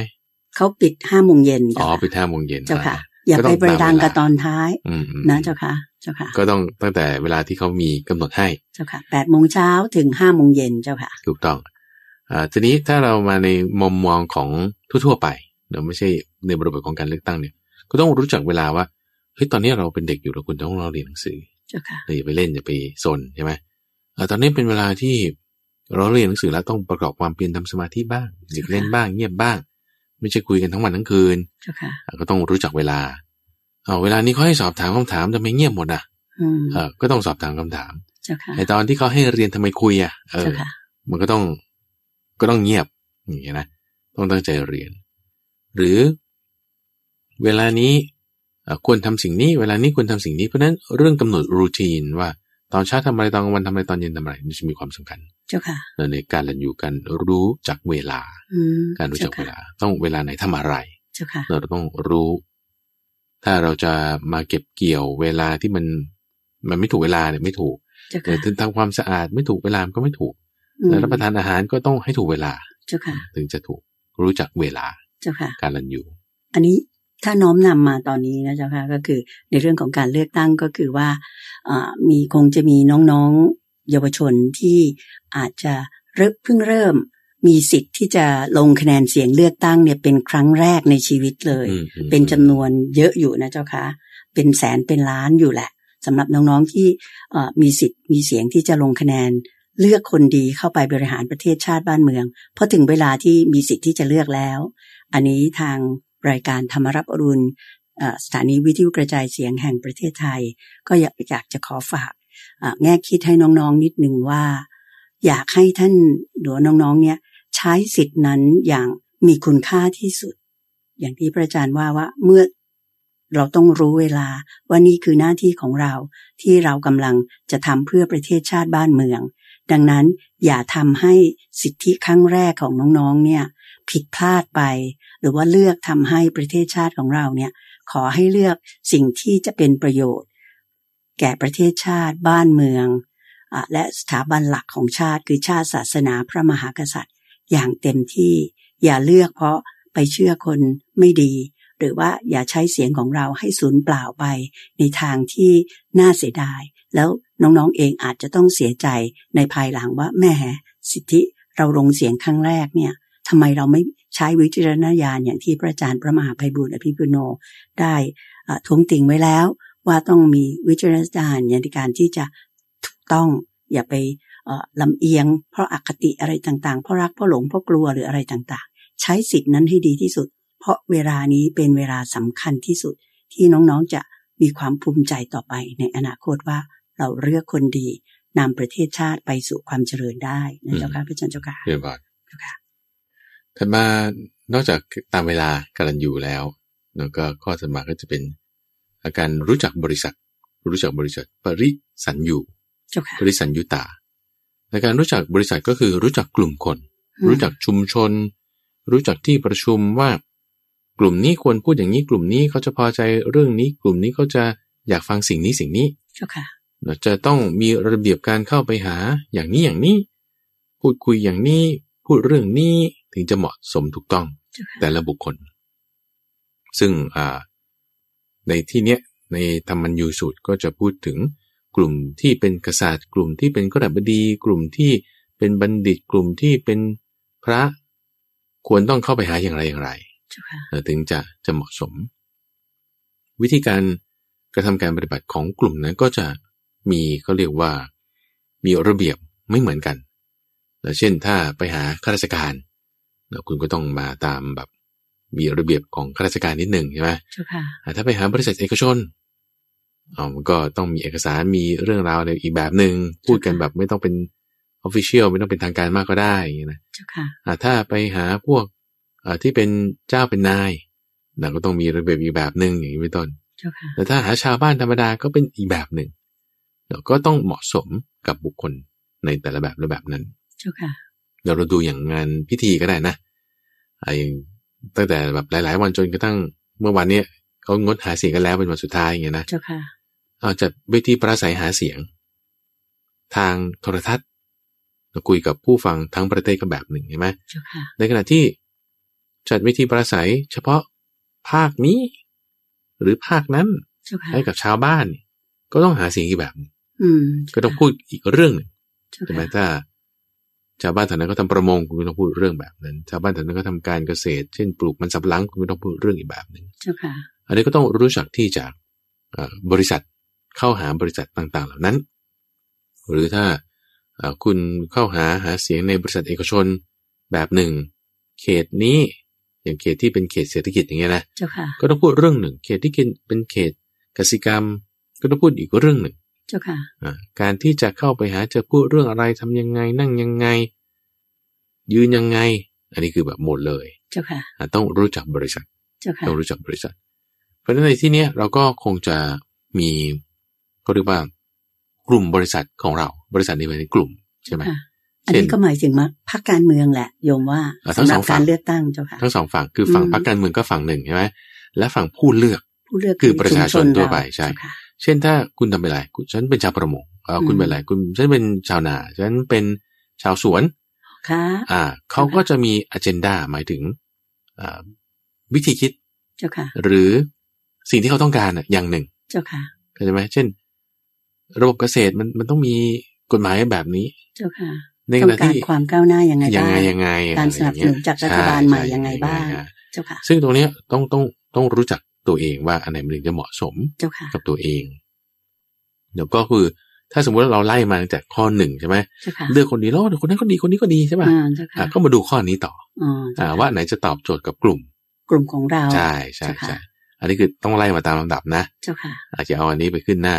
เขาปิดห้าโมงเย็น อ๋อ เจ้าค่ะ ปิดห้าโมงเย็น เจ้าค่ะ อย่าไปประดังกับตอนท้าย อืมอืม นะเจ้าค่ะ เจ้าค่ะ ก็ต้องตั้งแต่เวลาที่เขามีกำหนดให้ เจ้าค่ะแปดโมงเช้าถึงห้าโมงเย็นเจ้าค่ะ ถูกต้องอ่าทีนี้ถ้าเรามาในมุมมองของทั่วๆไปเนอะไม่ใช่ในบริบทของการเลือกตั้งเนี่ย ก็ต้องรู้จักเวลาว่าเฮ้ยตอนนี้เราเป็นเด็กอยู่เราควรต้องเราเรียนหนังสือ เจ้าค่ะ เราอย่าไปเล่นอย่าไปซนใช่ไหมอ่าตอนนี้เป็นเวลาที่เราเรียนหนังสือแล้วต้องประกอบความเพียรทำสมาธิบ้างหยุดเล่นบ้าง เงียบบ้าง ไม่ใช่คุยกันทั้งวันทั้งคืน เจ้าค่ะ อ่ะก็ต้องรู้จักเวลาเอาเวลานี้เขาให้สอบถามคำถามทำไมเงียบหมดอ่ะ อืม เออก็ต้องสอบถามคำถาม เจ้าค่ะ ไอตอนที่เขาให้เรียนทำไมคุยอ่ะ เออ เจ้าค่ะ มันก็ต้องก็ต้องเงียบอย่างเงี้ยนะ ต้องตั้งใจเรียน หรือเวลานี้เอ่อควรทำสิ่งนี้ เวลานี้ควรทำสิ่งนี้ เพราะฉะนั้นเรื่องกำหนดรูทีนว่าตอนเช้าทำอะไรตอนกลางวันทำอะไรตอนเย็นทำอะไรนี่จะมีความสำคัญ เจ้าค่ะ ในการเรียนอยู่การรู้จักเวลา อืม การรู้จักเว เจ้าค่ะ ลา ต้องเวลาไหนทำอะไร เจ้าค่ะ เราต้องรู้ ถ้าเราจะมาเก็บเกี่ยวเวลาที่มันมันไม่ถูกเวลาเนี่ยไม่ถูก เจ้า เอ ค่ะ อถึงทำความสะอาดไม่ถูกเวลามันก็ไม่ถูก อืม แล้วรับประทานอาหารก็ต้องให้ถูกเวลา เจ้าค่ะ ถึงจะถูกรู้จักเวลา เจ้าค่ะ การรันอยู่ อันนี้ถ้าน้อมนำมาตอนนี้นะเจ้าค่ะก็คือในเรื่องของการเลือกตั้งก็คือว่าอ่ามีคงจะมีน้องๆเยาวชนที่อาจจะเริ่มเพิ่งเริ่ม มีสิทธิ์ที่จะลงคะแนนเสียงเลือกตั้งเนี่ยเป็นครั้งแรกในชีวิตเลย อืมอืม เป็นจำนวนเยอะอยู่นะเจ้าค่ะเป็นแสนเป็นล้านอยู่แหละสำหรับน้องๆที่เอ่อมีสิทธิ์มีเสียงที่จะลงคะแนน เลือกคนดีเข้าไปบริหารประเทศชาติบ้านเมืองเพราะถึงเวลาที่มีสิทธิ์ที่จะเลือกแล้ว อันนี้ทางรายการธรรมรับอรุณเอ่อสถานีวิทยุกระจายเสียงแห่งประเทศไทย ก็อยากอยากจะขอฝากเอ่อแง่คิดให้น้องๆนิดนึงว่า อยากให้ท่านหรือน้องๆเนี่ยใช้สิทธินั้นอย่างมีคุณค่าที่สุด อย่างที่พระอาจารย์ว่าว่าเมื่อเราต้องรู้เวลาว่านี่คือหน้าที่ของเรา ที่เรากำลังจะทำเพื่อประเทศชาติบ้านเมือง ดังนั้นอย่าทำให้สิทธิครั้งแรกของน้องๆเนี่ยผิดพลาดไป หรือว่าเลือกทำให้ประเทศชาติของเราเนี่ย ขอให้เลือกสิ่งที่จะเป็นประโยชน์ แก่ประเทศชาติบ้านเมืองอะและสถาบันหลักของชาติคือชาติศาสนาพระมหากษัตริย์ อย่างเต็มที่ อย่าเลือกเพราะไปเชื่อคนไม่ดี หรือว่าอย่าใช้เสียงของเราให้สูญเปล่าไป ในทางที่น่าเสียดาย แล้วน้องๆเองอาจจะต้องเสียใจในภายหลังว่าแหม่สิทธิเราลงเสียงครั้งแรกเนี่ย ทำไมเราไม่ใช้วิจารณญาณอย่างที่พระอาจารย์พระมหาภัยบุญอภิปุโน ได้เอ่อท้วงติ่งไว้แล้ว ว่าต้องมีวิจารณญาณในการที่จะถูกต้องอย่าไปเอ่อลำเอียง เพราะอคติอะไรต่างๆ เพราะรักเพราะหลงเพราะกลัวหรืออะไรต่างๆ ใช้สิทธินั้นให้ดีที่สุด เพราะเวลานี้เป็นเวลาสำคัญที่สุด ที่น้องๆจะมีความภูมิใจต่อไปในอนาคตว่าเราเลือกคนดีนำประเทศชาติไปสู่ความเจริญได้นะเจ้าค่ะพระอาจารย์เจ้าค่ะ เรียบร้อย เจ้าค่ะ ถัดมานอกจากตามเวลาการันอยู่แล้วแล้วก็ข้อถัดมาก็จะเป็นอาการรู้จักบริษัท รู้จักบริษัท ปริสันอยู่ เจ้าค่ะ ปริสันยุตา ในการรู้จักบริษัทก็คือรู้จักกลุ่มคน อืม รู้จักชุมชน รู้จักที่ประชุมว่ากลุ่มนี้ควรพูดอย่างนี้กลุ่มนี้เขาจะพอใจเรื่องนี้ กลุ่มนี้เขาจะอยากฟังสิ่งนี้สิ่งนี้ เจ้าค่ะ เราจะต้องมีระเบียบการเข้าไปหาอย่างนี้อย่างนี้ พูดคุยอย่างนี้ พูดเรื่องนี้ถึงจะเหมาะสมถูกต้อง เจ้าค่ะ แต่ละบุคคล ซึ่งอ่าในที่เนี้ยในธรรมัญยูสูตรก็จะพูดถึงกลุ่มที่เป็นกษัตริย์ กลุ่มที่เป็นกระบดี กลุ่มที่เป็นบัณฑิต กลุ่มที่เป็นพระควรต้องเข้าไปหาอย่างไรอย่างไร เจ้าค่ะ เอ่อถึงจะจะเหมาะสม วิธีการกระทำการปฏิบัติของกลุ่มนั้นก็จะมีเขาเรียกว่ามีระเบียบไม่เหมือนกันนะเช่นถ้าไปหาข้าราชการนะคุณก็ต้องมาตามแบบมีระเบียบของข้าราชการนิดหนึ่งใช่ไหม เจ้าค่ะ อ่ะถ้าไปหาบริษัทเอกชนอ๋อมันก็ต้องมีเอกสารมีเรื่องราวอะไรอีกแบบหนึ่งพูดกันแบบไม่ต้องเป็นออฟฟิเชียลไม่ต้องเป็นทางการมากก็ได้อย่างเงี้ยนะ เจ้าค่ะ อ่าถ้าไปหาพวกอ่าที่เป็นเจ้าเป็นนายนะก็ต้องมีระเบียบอีกแบบหนึ่งอย่างนี้เป็นต้น เจ้าค่ะ แต่ถ้าหาชาวบ้านธรรมดาก็เป็นอีกแบบหนึ่งเราก็ต้องเหมาะสมกับบุคคลในแต่ละแบบและแบบนั้น เจ้าค่ะ เดี๋ยวเราดูอย่างงานพิธีก็ได้นะไอ้ตั้งแต่แบบหลาย ๆ วันจนกระทั่งเมื่อวันเนี้ยเขางดหาเสียงกันแล้วเป็นวันสุดท้ายอย่างเงี้ยนะ เจ้าค่ะ เอาจัดเวทีปราศัยหาเสียง ทางโทรทัศน์เราคุยกับผู้ฟังทั้งประเทศก็แบบหนึ่งใช่ไหม เจ้าค่ะ ในขณะที่จัดเวิธีปราศัยเฉพาะภาคนี้ หรือภาคนั้น เจ้าค่ะ ให้กับชาวบ้านเนี่ยก็ต้องหาเสียงอีกแบบหนึ่ง อืม ก็ต้องพูดอีกเรื่องหนึ่ง เจ้า ใช่ไหม ค่ะ ถ้าชาวบ้านแถวนั้นก็ทำประมงคุณก็ต้องพูดเรื่องแบบนั้น ชาวบ้านแถวนั้นก็ทำการเกษตร เช่นปลูกมันสำปะหลังคุณก็ต้องพูดเรื่องอีกแบบหนึ่ง เจ้าค่ะ อันนี้ก็ต้องรู้จักที่จากเอ่อบริษัทเข้าหาบริษัทต่างๆ เหล่านั้น หรือถ้าเอ่อคุณเข้าหาหาเสียงในบริษัทเอกชนแบบหนึ่ง เขตนี้อย่างเขตที่เป็นเขตเศรษฐกิจอย่างเงี้ยนะ เจ้าค่ะ ก็ต้องพูดเรื่องหนึ่ง เขตที่เป็นเขตกสิกรรม ก็ต้องพูดอีกเรื่องหนึ่ง เจ้าค่ะ อ่าการที่จะเข้าไปหาจะพูดเรื่องอะไรทำยังไงนั่งยังไง ยืนยังไง อันนี้คือแบบหมดเลย เจ้าค่ะ อ่ะต้องรู้จักบริษัท เจ้าค่ะ ต้องรู้จักบริษัท เพราะฉะนั้นในที่เนี้ยเราก็คงจะมีเขาเรียกว่ากลุ่มบริษัทของเรา บริษัทนี้เป็นกลุ่มใช่ไหม ค่ะ อันนี้ก็หมายถึงมาพรรคการเมืองแหละ โยมว่า เอ่อทั้ สำหรังสอบ งฝั่ง การเลือกตั้งเจ้าค่ะ ทั้งสองฝั่งคือฝั่ง อืม พรรคการเมืองก็ฝั่งหนึ่งใช่ไหมและฝั่งผู้เลือก ผู้เลือก คือประชาชนทั่วไป เร ใช่ เจ้าค่ะ เช่นถ้าคุณทำเป็นอะไรคุณฉันเป็นชาวประมงเอออ ม คุณเป็นอะไรคุณฉันเป็นชาวนาฉันเป็นชาวสวน ค่ะ อ่าเขา ค่ะ ก็จะมีอ g e n d a หมายถึงอ่าวิธีคิด เจ้าค่ะ หรือสิ่งที่เขาต้องการน่ะอย่างหนึ่ง เจ้าค่ะ เข้าใจไหมเช่น ระบบเกษตรมันมันต้องมีกฎหมายแบบนี้ เจ้าค่ะ ในข ต้อง ณะ การ ที่ ความก้าวหน้ายังไง ยัง บ้าง ไงยังไง การสนับสนุนจากรัฐบาลใหม่ ช่ ยังไงบ้าง อ่ะ เจ้าค่ะ ซึ่งตรงเนี้ยต้องต้องต้องรู้จักตัวเองว่าอันไหนมันถึงจะเหมาะสม เจ้าค่ะ กับตัวเอง เดี๋ยวก็คือถ้าสมมติว่าเราไล่มาตั้งแต่ข้อหนึ่งใช่ไหม เจ้าค่ะ เลือกคนดีแล้วคนนั้นก็ดีคนนี้ก็ดีใช่ป่ะ อ่าเจ้าค่ะ อ่ะก็มาดูข้อนี้ต่อ อ๋อเจ้ อ่า ค่ะ ว่าไหนจะตอบโจทย์กับกลุ่ม กลุ่มของเรา ใช่ใช่ เจ้าค่ะ ใช่อันนี้คือต้องไล่มาตามลำดับนะ เจ้าค่ะ อาจจะเอาอันนี้ไปขึ้นหน้า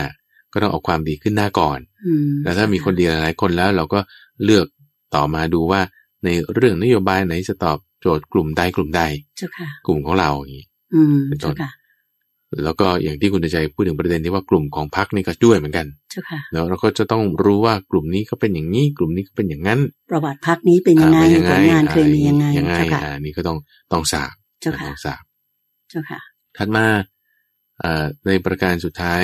ก็ต้องเอาความดีขึ้นหน้าก่อน อืม แล้วถ้ามีคนดีหลายๆคนแล้ว เราก็เลือกต่อมาดูว่าในเรื่องนโยบายไหนจะตอบโจทย์กลุ่มใดกลุ่มใด เจ้าค่ะ กลุ่มของเราอย่างนี้ อืม เป็นต้ เจ้าน ค่ะ แล้วก็อย่างที่คุณตาใจพูดถึงประเด็นที่ว่ากลุ่มของพรรคนี่ก็ด้วยเหมือนกัน เจ้าค่ะ แล้วเราก็จะต้องรู้ว่ากลุ่มนี้ก็เป็นอย่างนี้ กลุ่มนี้ก็เป็นอย่างนั้น ประวัติพักนี้เป็นยังไง อ่า ผลงานเคยมียังไง ยังไง เจ้าค่ะ อ่านี่ก็ต้องต้องสาบ เจ้า ต้ ค่ะ องสาบ เจ้าค่ะ ถัดมาอ่าในประการสุดท้าย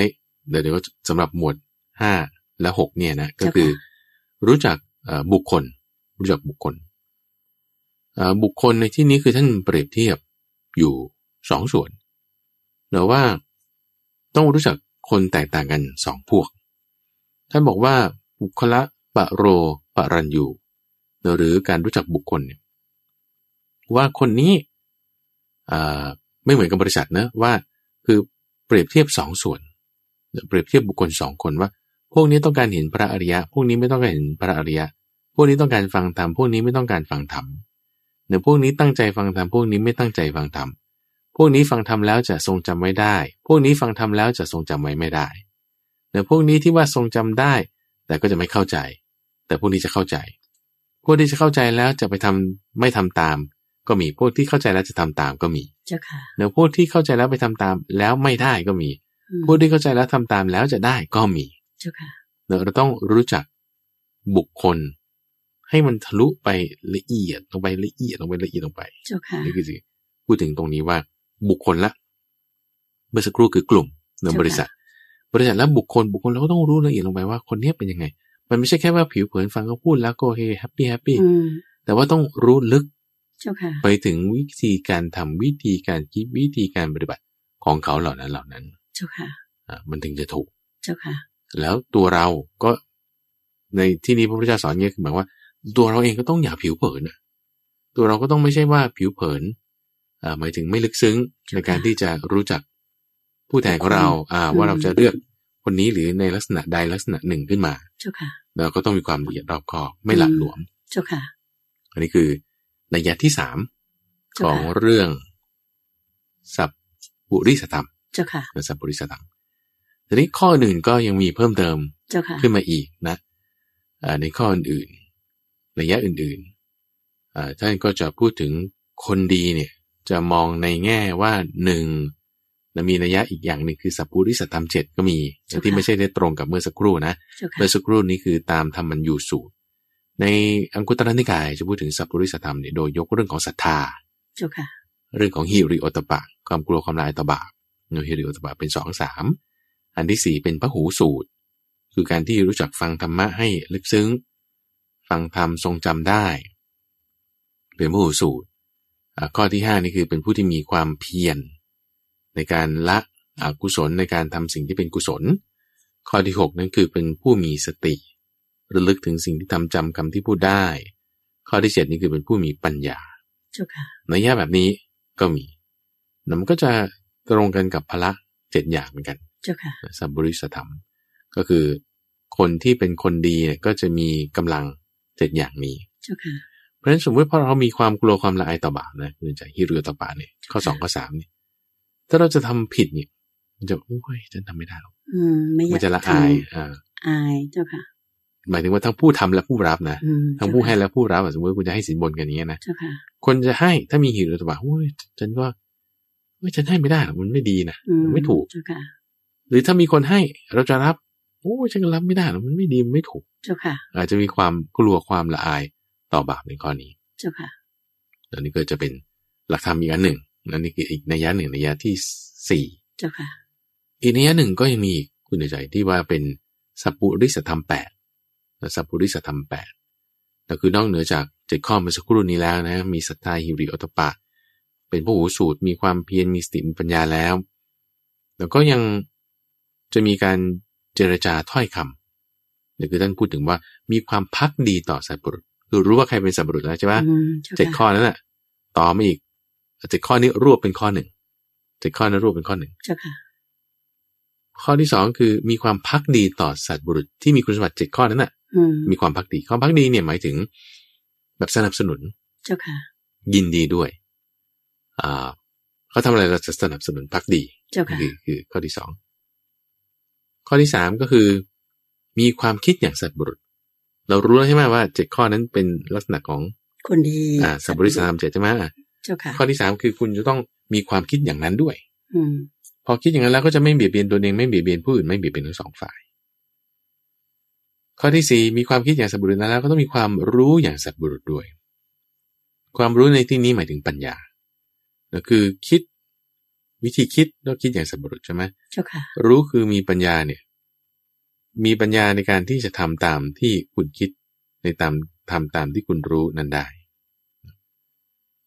เดี๋ยวเดี๋ยวก็สำหรับหมวดห้าและหกเนี่ยนะก็ เจ้าค่ะ คือ รู้จักเอ่อบุคคล รู้จักบุคคลเอ่อบุคคลในที่นี้คือท่านเปรียบเทียบอยู่สองส่วนเดี๋ยวว่าต้องรู้จักคนแตกต่างกันสองพวก ท่านบอกว่าบุคละปะโรปะรันยูหรือการรู้จักบุคคลเนี่ยว่าคนนี้เอ่อไม่เหมือนกับบริษัทนะว่าคือเปรียบเทียบสองส่วน เปรียบเทียบบุคคลสองคนว่า พวกนี้ต้องการเห็นพระอริยะ พวกนี้ไม่ต้องการเห็นพระอริยะ พวกนี้ต้องการฟังธรรม พวกนี้ไม่ต้องการฟังธรรมเดี๋ยวพวกนี้ตั้งใจฟังธรรม พวกนี้ไม่ตั้งใจฟังธรรม พวกนี้ฟังธรรมแล้วจะทรงจำไว้ได้ พวกนี้ฟังธรรมแล้วจะทรงจำไว้ไม่ได้เดี๋ยวพวกนี้ที่ว่าทรงจำได้ แต่ก็จะไม่เข้าใจ แต่พวกนี้จะเข้าใจ พวกที่จะเข้าใจแล้วจะไปทำไม่ทำตาม ก็มี พวกที่เข้าใจแล้วจะทำตามก็มี เจ้าค่ะ เดี๋ยวพวกที่เข้าใจแล้วไปทำตามแล้วไม่ได้ก็มี อืม พวกที่เข้าใจแล้วทำตามแล้วจะได้ก็มี เจ้าค่ะ เราต้องรู้จักบุคคล ให้มันทะลุไปละเอียดลงไปละเอียดลงไปละเอียดลงไป เจ้าค่ะ นี่คือสิพูดถึงตรงนี้ว่าบุคคลละ เมื่อสักครู่คือกลุ่มหนึ่ง ใช่ค่ะ บริษัท บริษัทและบุคคลบุคคลเราก็ต้องรู้ละเอียดลงไปว่าคนเนี้ยเป็นยังไง มันไม่ใช่แค่ว่าผิวเผินฟังเขาพูดแล้วก็เฮแฮปปี้แฮปปี้ อืม แต่ว่าต้องรู้ลึก เจ้าค่ะ ไปถึงวิธีการทำวิธีการคิดวิธีการปฏิบัติของเขาเหล่านั้นเหล่านั้น เจ้าค่ะ อ่ะมันถึงจะถูก เจ้าค่ะ แล้วตัวเราก็ในที่นี้พระพุทธเจ้าสอนเงี้ยคือหมายว่า ตัวเราเองก็ต้องอย่าผิวเผินน่ะตัวเราก็ต้องไม่ใช่ว่าผิวเผินอ่าหมายถึงไม่ลึกซึ้งในการที่จะรู้จักผู้แทนของเรา อ่า ว่าเราจะเลือกคนนี้หรือในลักษณะใดลักษณะหนึ่งขึ้นมา เจ้าค่ะ เราก็ต้องมีความละเอียดรอบคอบไม่หลับหลวม เจ้าค่ะ อันนี้คือในยะที่สามข เจ้า อง ค่ะ เรื่องสัพปุริสธรรม เจ้าค่ะ นะสัพปุริสธรรมทีนี้ข้อหนึ่งก็ยังมีเพิ่มเติม เจ้าค่ะ ขึ้นมาอีกนะเอ่อในข้ออื่นๆระยะอื่นๆอ่าท่านก็จะพูดถึงคนดีเนี่ย จะมองในแง่ว่าหนึ่งและมีระยะอีกอย่างหนึ่งคือสัพพุริสธรรมเจ็ดก็มีแต่ที่ไม่ใช่ได้ตรงกับเมื่อสักครู่นะ เจ้าค่ะ เมื่อสักครู่นี้คือตามธรรมัญยูสูตร ในอังคุตรนิกายจะพูดถึงสัพพุริสธรรมเนี่ยโดยยกเรื่องของศรัทธา เจ้าค่ะ เรื่องของฮิริโอตปะ ความกลัวความลายต่อบาปโนฮิริโอตปะเป็นสองสามอันที่สี่เป็นพหูสูตร คือการที่รู้จักฟังธรรมะให้ลึกซึ้ง ฟังธรรมทรงจำได้ เป็นพหูสูตรอ่าข้อที่ห้านี่คือเป็นผู้ที่มีความเพียรในการละอกุศลในการทำสิ่งที่เป็นกุศล ข้อที่หกนั่นคือเป็นผู้มีสติ ระลึกถึงสิ่งที่ทำจำคำที่พูดได้ ข้อที่เจ็ดนี่คือเป็นผู้มีปัญญา เจ้าค่ะ นัยยะแบบนี้ก็มีนะมันก็จะตรงกันกับพละเจ็ดอย่างเหมือนกัน เจ้าค่ะ นะสัมบุริสธรรม ก็คือคนที่เป็นคนดีเนี่ยก็จะมีกำลังเจ็ดอย่างนี้ เจ้าค่ะ เพราะฉะนั้นสมมติพอเรามีความกลัวความละอายต่อบาปนะคือจากฮิรุยตบาเนี่ยข้อสองข้อสามเนี่ยถ้าเราจะทำผิดเนี่ยมันจะโอ้ยฉันทำไม่ได้หรอก อืม ไม่อยา มัน ก จะละ ท อายอ่า ำอายเจ้าค่ะ หมายถึงว่าทั้งผู้ทำและผู้รับนะ อืม ทั้งผู้ให้และผู้รับอ่ะสมมติคุณจะให้สินบนกันอย่างเงี้ยนะ เจ้าค่ะ คนจะให้ถ้ามีหิวหรือตบะโอ้ยฉันก็โอ้ยฉันให้ไม่ได้หรอกมันไม่ดีนะ อืม มันไม่ถูก เจ้าค่ะ หรือถ้ามีคนให้เราจะรับโอ้ยฉันก็รับไม่ได้หรอกมันไม่ดีมันไม่ถูก เจ้าค่ะ อาจจะมีความกลัวความละอายต่อบาปในข้อนี้ เจ้าค่ะ อันนี้ก็จะเป็นหลักธรรมอีกอันหนึ่งอันนี้คืออีกนัยยะหนึ่งนัยยะที่สี่ เจ้าค่ะ อีกนัยยะหนึ่งก็ยังมีอีกคุณใจที่ว่าเป็นสัพพุริสธรรมแปดนะสัพพุริสธรรมแปดแต่คือนอกเหนือจากเจ็ดข้อเมื่อสักครู่นี้แล้วนะ มีศรัทธาหิริโอตปะ เป็นผู้หูสูตรมีความเพียรมีสติมีปัญญาแล้ว แล้วก็ยังจะมีการเจรจาถ้อยคำนี่คือท่านพูดถึงว่ามีความพักดีต่อสัตว์บุรุษคือรู้ว่าใครเป็นสัตว์บุรุษแล้วใช่ไหม อืมจ้าค่ะ เจ็ดข้อนั้นแหละต่อมาอีกเจ็ดข้อนี้รวบเป็นข้อหนึ่งเจ็ดข้อนั้นรวบเป็นข้อหนึ่ง เจ้าค่ะ ข้อที่สองคือมีความพักดีต่อสัตว์บุรุษที่มีคุณสมบัติเจ็ดข้อนั้นน่ะ อืม มีความพักดีความพักดีเนี่ยหมายถึง แบบสนับสนุน เจ้าค่ะ ยินดีด้วย อ่าเขาทำอะไรเราจะสนับสนุนพักดี เจ้าค่ะ คือคือข้อที่สอง ข้อที่สามก็คือ มีความคิดอย่างสัตว์บุรุษ เรารู้แล้วใช่ไหมว่าเจ็ดข้อนั้นเป็นลักษณะของ คนดี อ่าสัตว์บุรุษสามเจ็ดใช่ไหมอ่ะ เจ้าค่ะ ข้อที่สามคือคุณจะต้องมีความคิดอย่างนั้นด้วย อืม พอคิดอย่างนั้นแล้วก็จะไม่เบียดเบียนตัวเองไม่เบียดเบียนผู้อื่นไม่เบียดเบียนทั้งสองฝ่าย ข้อที่สี่มีความคิดอย่างสัตว์บุรุษแล้วก็ต้องมีความรู้อย่างสัตว์บุรุษด้วย ความรู้ในที่นี้หมายถึงปัญญาก็คือคิดวิธีคิดต้องคิดอย่างสัตว์บุรุษใช่ไหม เจ้าค่ะ รู้คือมีปัญญาเนี่ย มีปัญญาในการที่จะทำตามที่คุณคิดในตามทำตามที่คุณรู้นั้นได้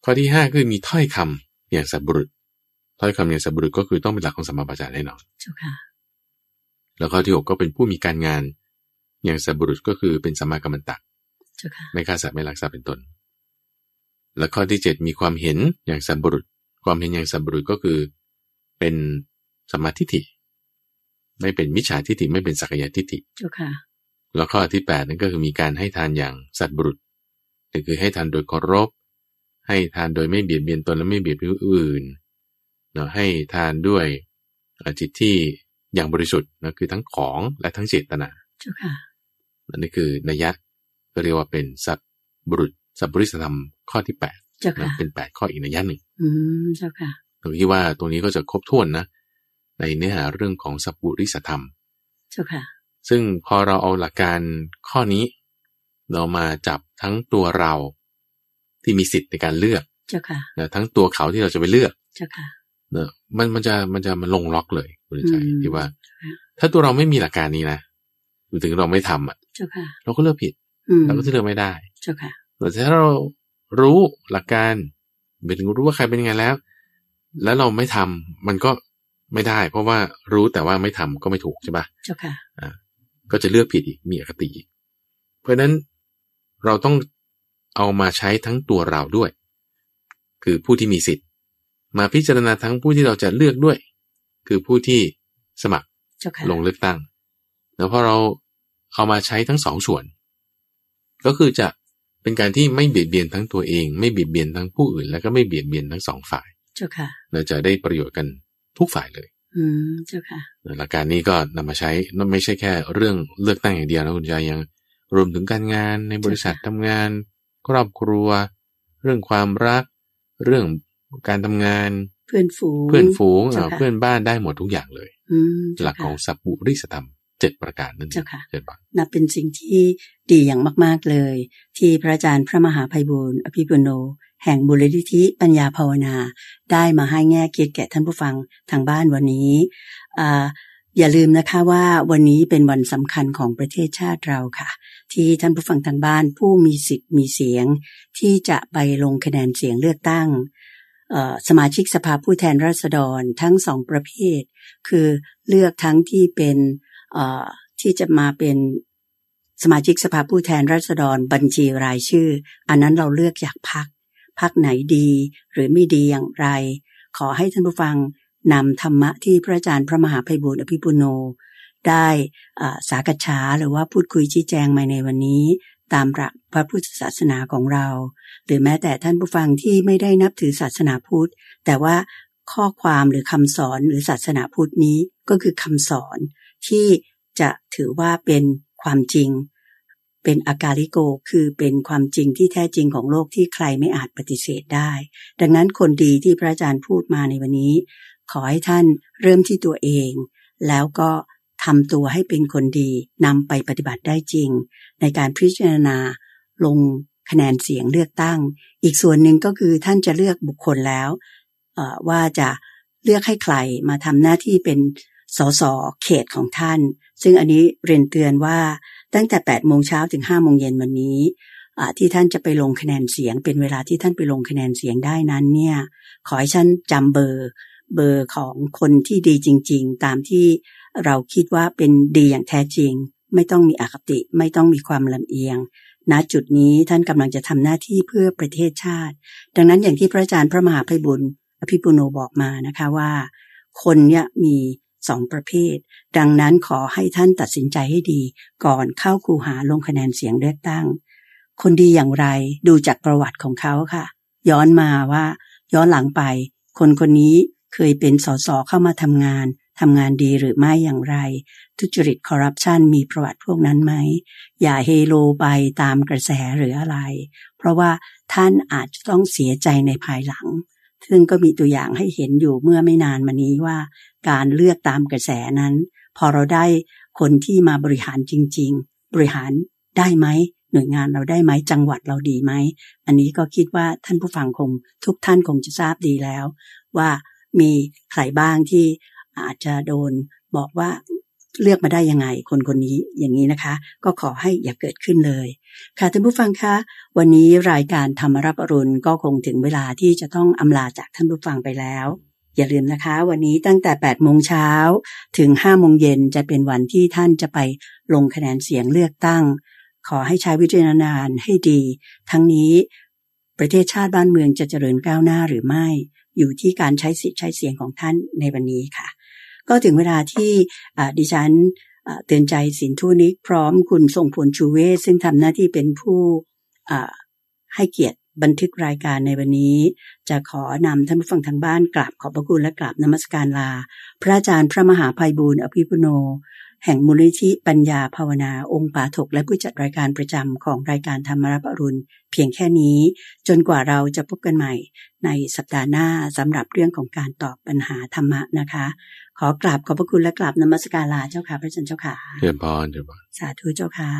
ข้อที่ห้าคือมีถ้อยคำอย่างสัตว์บุรุษ ถ้อยคำอย่างสัตว์บุรุษก็คือต้องเป็นหลักของสัมมาปัญญาแน่นอน เจ้าค่ะ แล้วข้อที่หกก็เป็นผู้มีการงาน อย่างสัตว์บุรุษก็คือเป็นสัมมากัมมันตะ เจ้าค่ะ ไม่ฆ่าสัตว์ไม่ลักทรัพย์เป็นต้น และข้อที่เจ็ดมีความเห็นอย่างสัตว์บุรุษ ความเห็นอย่างสัตว์บุรุษก็คือ เป็นสัมมาทิฏฐิ ไม่เป็นมิจฉาทิฏฐิไม่เป็นสักยะทิฏฐิ เจ้าค่ะ แล้วข้อที่ 8 นั่นก็คือมีการให้ทานอย่างสัตว์บุรุษก็คือให้ทานโดยเคารพ ให้ทานโดยไม่เบียดเบียนตนและไม่เบียดเบียนผู้อื่นเนาะให้ทานด้วยเอ่อจิตที่อย่างบริสุทธิ์นะคือทั้งของและทั้งเจตนา เจ้าค่ะ อันนี้คือนัยยะก็เรียกว่าเป็นสัตว์บุรุษสัตว์บุรุษธรรมข้อที่8 เจ้า นะ ค่ะ เป็น 8 ข้ออีกนัยยะหนึ่ง อืม เจ้าค่ะ ผมคิดว่าตรงนี้ก็จะครบถ้วนนะในเนื้อหาเรื่องของสัพบุริสธรรม เจ้าค่ะ ซึ่งพอเราเอาหลักการข้อนี้ เรามาจับทั้งตัวเราที่มีสิทธิ์ในการเลือก เจ้าค่ะ นะทั้งตัวเขาที่เราจะไปเลือก เจ้าค่ะ เนอะมันมันจะมันจะมันลงล็อกเลยคุณใจ อืม ที่ว่า ถ้าตัวเราไม่มีหลักการนี้นะถึงเราไม่ทำอ่ะ เจ้าค่ะ เราก็เลือกผิด อืม เราก็จะเลือกไม่ได้ เจ้าค่ะ แต่ถ้าเรารู้หลักการเป็นรู้ว่าใครเป็นยังไงแล้ว แล้วเราไม่ทำมันก็ไม่ได้ เพราะว่ารู้แต่ว่าไม่ทำก็ไม่ถูกใช่ปะ เจ้าค่ะ ก็จะเลือกผิดอีกมีอคติอีกเพราะฉะนั้นเราต้องเอามาใช้ทั้งตัวเราด้วย คือผู้ที่มีสิทธิ์ มาพิจารณาทั้งผู้ที่เราจะเลือกด้วย คือผู้ที่สมัคร เจ้าค่ะ ลงเลือกตั้ง แล้วพอเราเอามาใช้ทั้งสองส่วน ก็คือจะเป็นการที่ไม่เบียดเบียนทั้งตัวเอง ไม่เบียดเบียนทั้งผู้อื่น แล้วก็ไม่เบียดเบียนทั้งสองฝ่าย เจ้าค่ะ เราจะได้ประโยชน์กันทุกฝ่ายเลย อืมเจ้าค่ะ หลักการนี้ก็นำมาใช้ไม่ใช่แค่เรื่องเลือกตั้งอย่างเดียวนะคุณยายยังรวมถึงการงานในบริษัททำงาน ครอบครัว เรื่องความรัก เรื่องการทำงาน เพื่อนฝูง เพื่อนฝูง เจ้า อ่า ค่ะ เพื่อนบ้านได้หมดทุกอย่างเลย อืมเจ้า หลัก ค่ะ ของสัพพุริสธรรมเจ็ดประการนั่นเอง เจ้าค่ะ เจ็ดประ นับเป็นสิ่งที่ดีอย่างมาก ๆ เลย ที่พระอาจารย์พระมหาภัยบูร์อภิปุโน แห่งบุรณิธิปัญญาภาวนา ได้มาให้แง่คิดแก่ท่านผู้ฟังทางบ้านวันนี้อ่าอย่าลืมนะคะว่าวันนี้เป็นวันสำคัญของประเทศชาติเราค่ะ ที่ท่านผู้ฟังทางบ้านผู้มีสิทธิ์มีเสียง ที่จะไปลงคะแนนเสียงเลือกตั้งเอ่อสมาชิกสภาผู้แทนราษฎรทั้งสองประเภท คือเลือกทั้งที่เป็นเอ่อที่จะมาเป็นสมาชิกสภาผู้แทนราษฎรบัญชีรายชื่อ อันนั้นเราเลือกจากพักพักไหนดีหรือไม่ดีอย่างไร ขอให้ท่านผู้ฟังนำธรรมะที่พระอาจารย์พระมหาไพบูลย์อภิปุโน ได้อ่าสากัะชาหรือว่าพูดคุยชี้แจงมาในวันนี้ ตามหลักพระพุทธศาสนาของเรา หรือแม้แต่ท่านผู้ฟังที่ไม่ได้นับถือศาสนาพุทธ แต่ว่าข้อความหรือคำสอนหรือศาสนาพุทธนี้ก็คือคำสอนที่จะถือว่าเป็นความจริง เป็นอากาลิโกคือเป็นความจริงที่แท้จริงของโลกที่ใครไม่อาจปฏิเสธได้ ดังนั้นคนดีที่พระอาจารย์พูดมาในวันนี้ ขอให้ท่านเริ่มที่ตัวเอง แล้วก็ทำตัวให้เป็นคนดีนำไปปฏิบัติได้จริง ในการพิจารณาลงคะแนนเสียงเลือกตั้ง อีกส่วนหนึ่งก็คือท่านจะเลือกบุคคลแล้วเอ่อว่าจะเลือกให้ใครมาทำหน้าที่เป็นสสเขตของท่าน ซึ่งอันนี้เรียนเตือนว่าตั้งแต่8โมงเช้าถึง5โมงเย็นวันนี้อ่าที่ท่านจะไปลงคะแนนเสียง เป็นเวลาที่ท่านไปลงคะแนนเสียงได้นั้นเนี่ยขอให้ท่านจำเบอร์ เบอร์ของคนที่ดีจริง ๆ ตามที่เราคิดว่าเป็นดีอย่างแท้จริง ไม่ต้องมีอคติไม่ต้องมีความลำเอียง ณจุดนี้ท่านกำลังจะทำหน้าที่เพื่อประเทศชาติ ดังนั้นอย่างที่พระอาจารย์พระมหาไพบุญอภิปุโนบอกมานะคะว่า คนเนี่ยมีสองประเภท ดังนั้นขอให้ท่านตัดสินใจให้ดี ก่อนเข้าคูหาลงคะแนนเสียงเลือกตั้ง คนดีอย่างไรดูจากประวัติของเขาค่ะ ย้อนมาว่า ย้อนหลังไป คนคนนี้เคยเป็นสสเข้ามาทำงานทำงานดีหรือไม่อย่างไร ทุจริตคอร์รัปชันมีประวัติพวกนั้นไหม อย่าเฮโลไปตามกระแสหรืออะไร เพราะว่าท่านอาจจะต้องเสียใจในภายหลัง ซึ่งก็มีตัวอย่างให้เห็นอยู่เมื่อไม่นานมานี้ว่า การเลือกตามกระแสนั้น พอเราได้คนที่มาบริหารจริง ๆ บริหารได้ไหม หน่วยงานเราได้ไหมจังหวัดเราดีไหม อันนี้ก็คิดว่าท่านผู้ฟังคง ทุกท่านคงจะทราบดีแล้ว ว่ามีใครบ้างที่อาจจะโดนบอกว่าเลือกมาได้ยังไง คนคนนี้อย่างนี้นะคะ ก็ขอให้อย่าเกิดขึ้นเลย ค่ะท่านผู้ฟังคะวันนี้รายการธรรมรับอรุณก็คงถึงเวลาที่จะต้องอำลาจากท่านผู้ฟังไปแล้ว อย่าลืมนะคะ วันนี้ตั้งแต่8โมงเช้าถึง5โมงเย็นจะเป็นวันที่ท่านจะไปลงคะแนนเสียงเลือกตั้ง ขอให้ใช้วิจารณญาณให้ดี ทั้งนี้ ประเทศชาติบ้านเมืองจะเจริญก้าวหน้าหรือไม่ อยู่ที่การใช้สิทธิ์ใช้เสียงของท่านในวันนี้ค่ะ ก็ถึงเวลาที่อ่าดิฉันอ่าเตือนใจสินทุนิกพร้อมคุณทรงพลชูเวศซึ่งทำหน้าที่เป็นผู้อ่าให้เกียรติบันทึกรายการในวันนี้ จะขอนำท่านผู้ฟังทางบ้านกราบขอบพระคุณและกราบนมัสการลา พระอาจารย์พระมหาภัยบูร์อภิปุโน แห่งมูลนิธิปัญญาภาวนาองค์ปาถกและผู้จัดรายการประจำของรายการธรรมรับอรุณ เพียงแค่นี้ จนกว่าเราจะพบกันใหม่ ในสัปดาห์หน้าสำหรับเรื่องของการตอบปัญหาธรรมะนะคะ ขอกราบขอบพระคุณและกราบนมัสการลาเจ้าค่ะพระอาจารย์เจ้าค่ะ เจริญพรเจริญพร สาธุเจ้าค่ะ